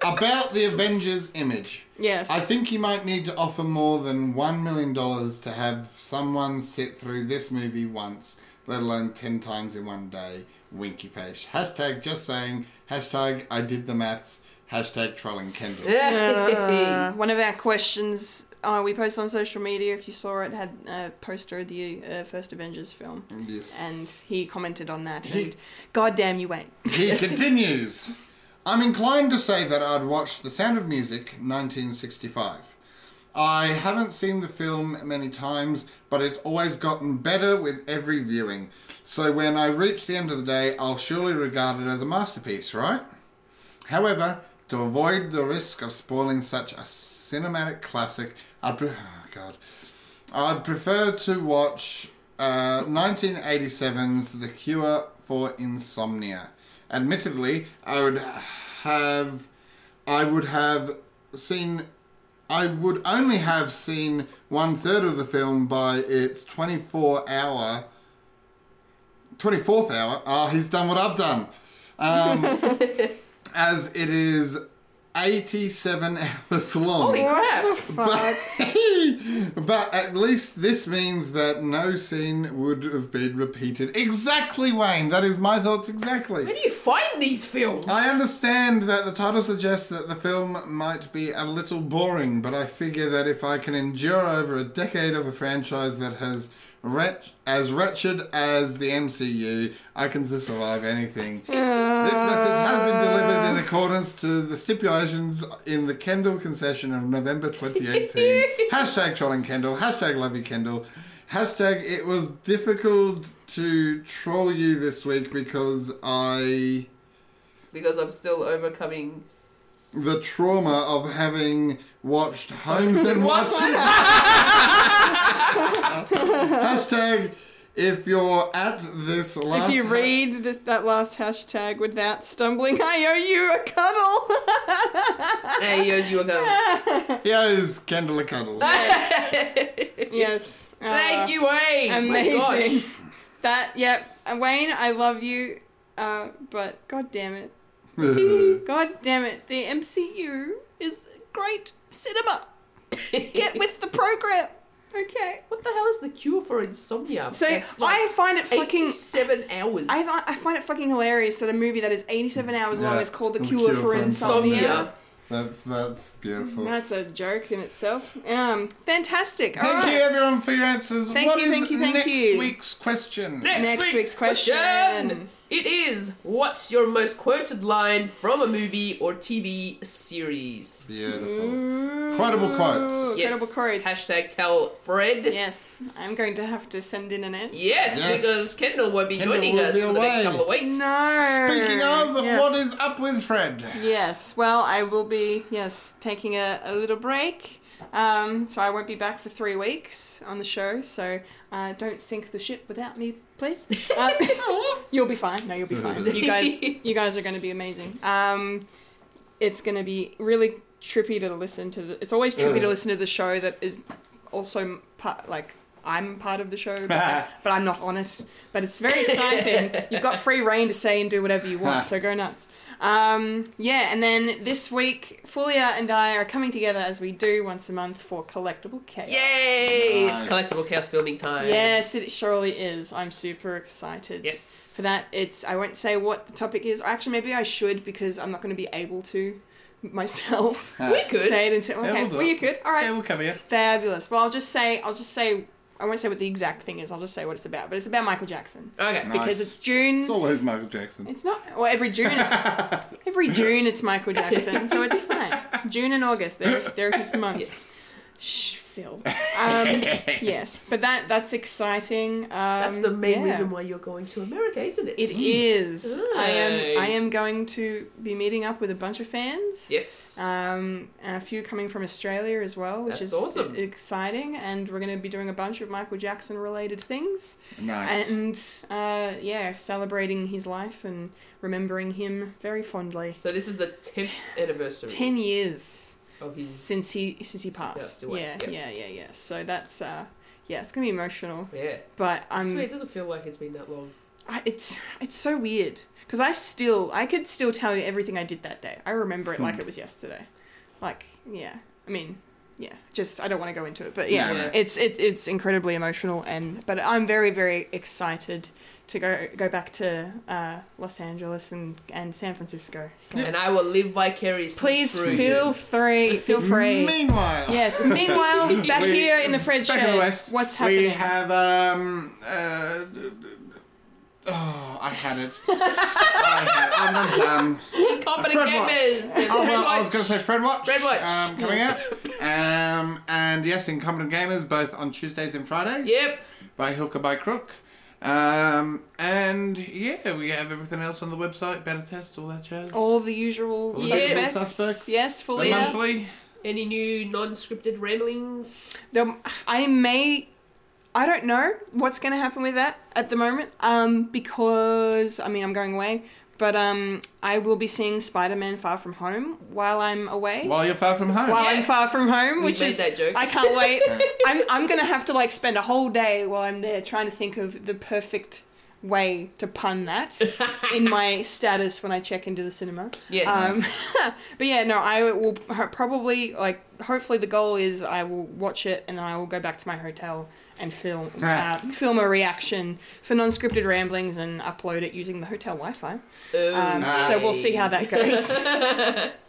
Speaker 1: It says about the Avengers image.
Speaker 2: yes.
Speaker 1: I think you might need to offer more than $1 million to have someone sit through this movie once, let alone 10 times in one day. Winky face. Hashtag just saying. Hashtag I did the maths. Hashtag trolling Kendall.
Speaker 2: Uh, one of our questions uh, we posted on social media, if you saw it, had a poster of the uh, first Avengers film.
Speaker 1: Yes.
Speaker 2: And he commented on that.
Speaker 1: He-
Speaker 2: And, God damn you, Wayne.
Speaker 1: He continues. I'm inclined to say that I'd watched The Sound of Music 1965. I haven't seen the film many times, but it's always gotten better with every viewing. So when I reach the end of the day, I'll surely regard it as a masterpiece, right? However, to avoid the risk of spoiling such a cinematic classic, I'd pre- oh, God, I'd prefer to watch uh, 1987's The Cure for Insomnia. Admittedly, I would have, I would have seen, I would only have seen one third of the film by its 24 hour. 24th hour. Ah, he's done what I've done. Um, as it is 87 hours long.
Speaker 8: Holy crap.
Speaker 1: But, but at least this means that no scene would have been repeated. Exactly, Wayne. That is my thoughts exactly.
Speaker 8: Where do you find these films?
Speaker 1: I understand that the title suggests that the film might be a little boring, but I figure that if I can endure over a decade of a franchise that has wretch- as wretched as the MCU, I can survive anything. This message has been delivered in accordance to the stipulations in the Kendall concession of November 2018. hashtag trolling Kendall, hashtag love you Kendall. Hashtag it was difficult to troll you this week because I
Speaker 8: Because I'm still overcoming.
Speaker 1: the trauma of having watched Holmes and Watson. Hashtag if you're at this last.
Speaker 2: If you read th- that last hashtag without stumbling, I owe you a cuddle.
Speaker 8: Hey, yo, you are going.
Speaker 1: Here's Kendall a cuddle.
Speaker 2: yes. Uh,
Speaker 8: Thank you, Wayne.
Speaker 2: Amazing.
Speaker 8: My gosh.
Speaker 2: That, yep. Uh, Wayne, I love you, uh, but god damn it. God damn it, the MCU is great cinema. Get with the program. Okay.
Speaker 8: What the hell is the cure for insomnia?
Speaker 2: So
Speaker 8: That's
Speaker 2: I find it fucking.
Speaker 8: eighty-seven hours.
Speaker 2: I, fi- I find it fucking hilarious that a movie that is 87 hours long
Speaker 1: Yeah,
Speaker 2: is called The Cure, for Insomnia.
Speaker 8: Insomnia.
Speaker 1: That's that's beautiful.
Speaker 2: That's a joke in itself. Um, fantastic.
Speaker 1: Thank
Speaker 2: All
Speaker 1: you
Speaker 2: right.
Speaker 1: everyone for your answers.
Speaker 2: Thank
Speaker 1: What
Speaker 2: you,
Speaker 1: is
Speaker 2: thank you, thank
Speaker 1: next
Speaker 2: you.
Speaker 1: week's question?
Speaker 2: Next week's question.
Speaker 8: It is what's your most quoted line from a movie or TV series?
Speaker 1: Beautiful. Quotable quotes.
Speaker 8: Yes.
Speaker 2: Incredible quotes.
Speaker 8: Hashtag tell Fred.
Speaker 2: Yes, I'm going to have to send in an answer.
Speaker 8: Yes,
Speaker 1: Yes.
Speaker 8: because Kendall won't be
Speaker 1: Kendall
Speaker 8: joining
Speaker 1: will
Speaker 8: us
Speaker 1: be
Speaker 8: for the next
Speaker 1: away.
Speaker 8: couple of weeks.
Speaker 2: No.
Speaker 1: Speaking of,
Speaker 2: Yes.
Speaker 1: what is up with Fred?
Speaker 2: Yes, well, I will be, yes, taking a, a little break. Um, so I won't be back for three weeks on the show, so uh, don't sink the ship without me, please. Uh, you'll be fine. No, you'll be fine. You guys, you guys are going to be amazing. Um, it's going to be really trippy to listen to. The, it's always trippy to listen to the show that is also part like. I'm part of the show, but, I, but I'm not on it. But it's very exciting. You've got free reign to say and do whatever you want, so go nuts. Um, yeah, and then this week, Fulia and I are coming together as we do once a month for Collectible Chaos.
Speaker 8: Yay! It's
Speaker 1: Nice.
Speaker 8: collectible chaos filming time.
Speaker 2: Yes, it surely is. I'm super excited.
Speaker 8: Yes.
Speaker 2: For that, it's I won't say what the topic is. Or actually, maybe I should because I'm not going to be able to myself.
Speaker 8: We could.
Speaker 2: say it until okay.
Speaker 1: Yeah, we'll do
Speaker 2: well, you
Speaker 1: it.
Speaker 2: could. All right.
Speaker 1: Yeah, we'll cover you.
Speaker 2: Fabulous. Well, I'll just say I'll just say I won't say what the exact thing is. I'll just say what it's about. But it's about Michael Jackson
Speaker 8: Okay.
Speaker 1: Nice.
Speaker 2: because it's June.
Speaker 1: It's always Michael Jackson.
Speaker 2: It's not. Well, every June, it's, every June it's Michael Jackson, so it's fine. June and August, they're, they're his months.
Speaker 8: Yes.
Speaker 2: Shh, Phil. Um, yes, but that that's exciting. Um,
Speaker 8: That's the main
Speaker 2: yeah.
Speaker 8: reason why you're going to America, isn't it?
Speaker 2: It is. I
Speaker 8: Hey.
Speaker 2: am. I am going to be meeting up with a bunch of fans.
Speaker 8: Yes.
Speaker 2: Um, and a few coming from Australia as well, which
Speaker 8: That's
Speaker 2: is
Speaker 8: awesome.
Speaker 2: e- exciting. And we're going to be doing a bunch of Michael Jackson related things.
Speaker 1: Nice.
Speaker 2: And uh, yeah, celebrating his life and remembering him very fondly.
Speaker 8: so this is the tenth anniversary
Speaker 2: Ten years
Speaker 8: of his
Speaker 2: since he since he passed.
Speaker 8: passed away,
Speaker 2: Yeah,
Speaker 8: yeah.
Speaker 2: yeah, yeah, yeah. So that's uh, yeah, it's gonna be emotional.
Speaker 8: Yeah.
Speaker 2: But I'm
Speaker 8: Sweet, it doesn't feel like it's been that long.
Speaker 2: I, it's it's so weird because I still I could still tell you everything I did that day. I remember it
Speaker 1: Hmm.
Speaker 2: like it was yesterday. Like yeah, I mean yeah, just I don't want to go into it, but yeah,
Speaker 1: No, no.
Speaker 2: it's it, it's incredibly emotional and but I'm very very excited to go go back to uh, Los Angeles and and San Francisco. So
Speaker 8: And I will live vicariously.
Speaker 2: please
Speaker 8: through
Speaker 2: feel
Speaker 8: you.
Speaker 2: free feel free.
Speaker 1: Meanwhile,
Speaker 2: yes. Meanwhile, back
Speaker 1: We-
Speaker 2: here in the Fred
Speaker 1: back
Speaker 2: shed,
Speaker 1: in the West,
Speaker 2: what's happening?
Speaker 1: We have um. Uh, oh, I had it. I am done. Um,
Speaker 8: Incompetent
Speaker 1: Fred Watch.
Speaker 8: gamers.
Speaker 1: Oh,
Speaker 8: Fred
Speaker 1: well, I was
Speaker 8: Watch.
Speaker 1: going to say Fred Watch.
Speaker 8: Fred Watch.
Speaker 1: Um, coming out. Um, and yes, Incompetent Gamers, both on Tuesdays and Fridays.
Speaker 8: Yep.
Speaker 1: By hook or by crook. Um, and yeah, we have everything else on the website. Better test, all that jazz.
Speaker 2: All the usual
Speaker 1: All the
Speaker 8: usual
Speaker 2: suspects.
Speaker 1: suspects.
Speaker 2: Yes,
Speaker 1: the
Speaker 2: fully.
Speaker 1: monthly.
Speaker 8: Any new non-scripted ramblings?
Speaker 2: The, I may. I don't know what's going to happen with that at the moment. Um, because I mean I'm going away, but um, I will be seeing Spider-Man Far From Home while I'm away.
Speaker 1: While you're far from home.
Speaker 2: While
Speaker 8: Yeah.
Speaker 2: I'm far from home, which
Speaker 8: made
Speaker 2: is
Speaker 8: that joke.
Speaker 2: I can't wait. I'm I'm gonna have to like spend a whole day while I'm there trying to think of the perfect way to pun that in my status when I check into the cinema.
Speaker 8: Yes.
Speaker 2: Um, but yeah, no, I will ho- probably like. Hopefully, the goal is I will watch it and then I will go back to my hotel and film uh,
Speaker 1: Right.
Speaker 2: film a reaction for non-scripted ramblings and upload it using the hotel Wi-Fi. Um, So we'll see how that goes.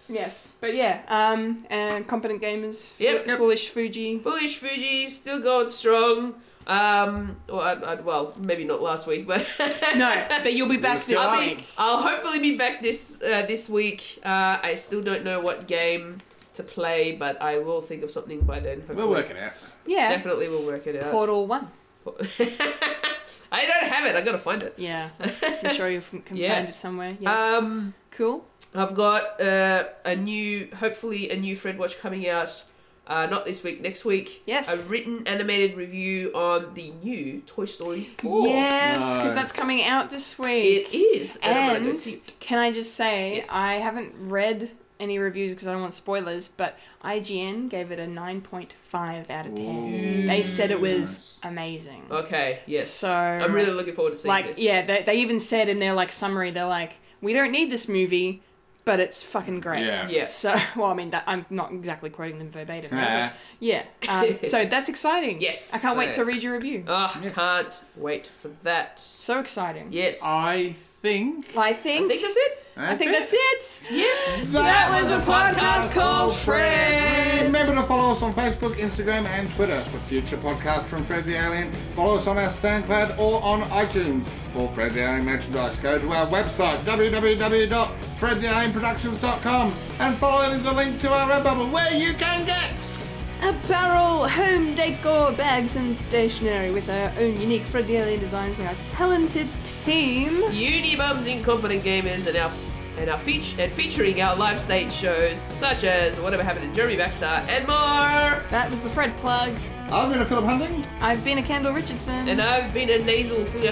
Speaker 2: yes, but yeah, um, and competent gamers.
Speaker 8: Yep.
Speaker 2: Fo- Foolish Fuji.
Speaker 8: Foolish Fuji still going strong. Um, well, I'd, I'd, well, maybe not last week, but
Speaker 2: No, but you'll be back this
Speaker 8: I'll,
Speaker 2: week.
Speaker 8: be, I'll hopefully be back this uh, this week. Uh, I still don't know what game to play, but I will think of something by then. Hopefully.
Speaker 1: We'll work it out.
Speaker 2: Yeah.
Speaker 8: Definitely, we'll work it out.
Speaker 2: Portal One.
Speaker 8: I don't have it. I gotta find it.
Speaker 2: Yeah. I'm sure you can
Speaker 8: Yeah.
Speaker 2: find it somewhere. Yes.
Speaker 8: Um,
Speaker 2: cool.
Speaker 8: I've got uh, a new, hopefully a new Fred Watch coming out. Uh, not this week, next week.
Speaker 2: Yes.
Speaker 8: A written animated review on the new Toy Story
Speaker 2: oh,
Speaker 8: 4.
Speaker 2: Yes, because
Speaker 1: No.
Speaker 2: that's coming out this week.
Speaker 8: It is. And, I'm gonna go
Speaker 2: And
Speaker 8: see it.
Speaker 2: can I just say,
Speaker 8: Yes.
Speaker 2: I haven't read any reviews because I don't want spoilers, but IGN gave it a 9.5 out of 10. They said it was amazing.
Speaker 8: Okay, yes.
Speaker 2: So-
Speaker 8: I'm really looking forward to seeing
Speaker 2: like,
Speaker 8: this.
Speaker 2: yeah, they, they even said in their like summary, they're like, we don't need this movie, but it's fucking great.
Speaker 1: Yeah.
Speaker 8: Yeah.
Speaker 2: So, well, I mean, that, I'm not exactly quoting them verbatim.
Speaker 1: Nah.
Speaker 2: but Yeah. Um, so that's exciting.
Speaker 8: Yes.
Speaker 2: I can't wait
Speaker 8: So-
Speaker 2: to read your review.
Speaker 8: Ah, can't wait for that.
Speaker 2: so exciting.
Speaker 8: Yes.
Speaker 1: I think.
Speaker 2: I
Speaker 8: I
Speaker 2: think,
Speaker 8: think that's it.
Speaker 1: That's
Speaker 2: I think that's it.
Speaker 8: Yeah.
Speaker 2: That was a podcast called Fred.
Speaker 1: Remember to follow us on Facebook, Instagram, and Twitter for future podcasts from Fred the Alien. Follow us on our SoundCloud or on iTunes for Fred the Alien merchandise. Go to our website, www.fredthealienproductions.com, and follow the link to our Redbubble where you can get.
Speaker 2: Apparel, home decor, bags, and stationery with our own unique Fred the Alien designs by our talented team.
Speaker 8: Unibums, Incompetent Gamers, and our and our feature and featuring our live stage shows such as Whatever Happened to Jeremy Baxter and more.
Speaker 2: That was the Fred plug.
Speaker 1: I'm going to Philip Hunting,
Speaker 2: I've been a Kendall Richardson.
Speaker 8: And I've been a nasal Fulia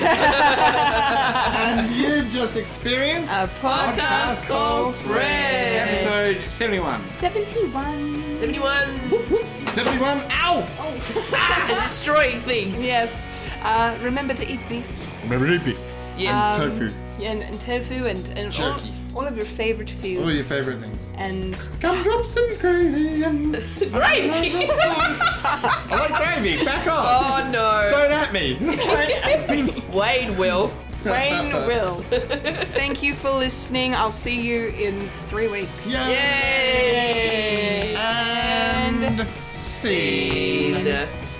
Speaker 1: and you just experienced
Speaker 2: a podcast
Speaker 8: Podcast
Speaker 2: called
Speaker 8: called Fred.
Speaker 1: episode Surge 71.
Speaker 2: 71.
Speaker 8: 71.
Speaker 1: 71. Ow!
Speaker 8: Destroying things.
Speaker 2: Yes. Uh, remember to eat beef
Speaker 1: Maribi.
Speaker 8: Yes.
Speaker 2: Um,
Speaker 1: Tofu.
Speaker 2: and, and tofu and, and all,
Speaker 1: Jerky.
Speaker 2: all of your favorite foods.
Speaker 1: All your favourite things.
Speaker 2: And
Speaker 1: Come drop some gravy and.
Speaker 8: Right.
Speaker 1: I like gravy. Back off.
Speaker 8: oh no.
Speaker 1: Don't at me.
Speaker 8: Wayne will.
Speaker 2: Wayne will. Thank you for listening. I'll see you in three weeks.
Speaker 1: Yeah.
Speaker 8: Yay.
Speaker 1: And. See.
Speaker 8: Scene.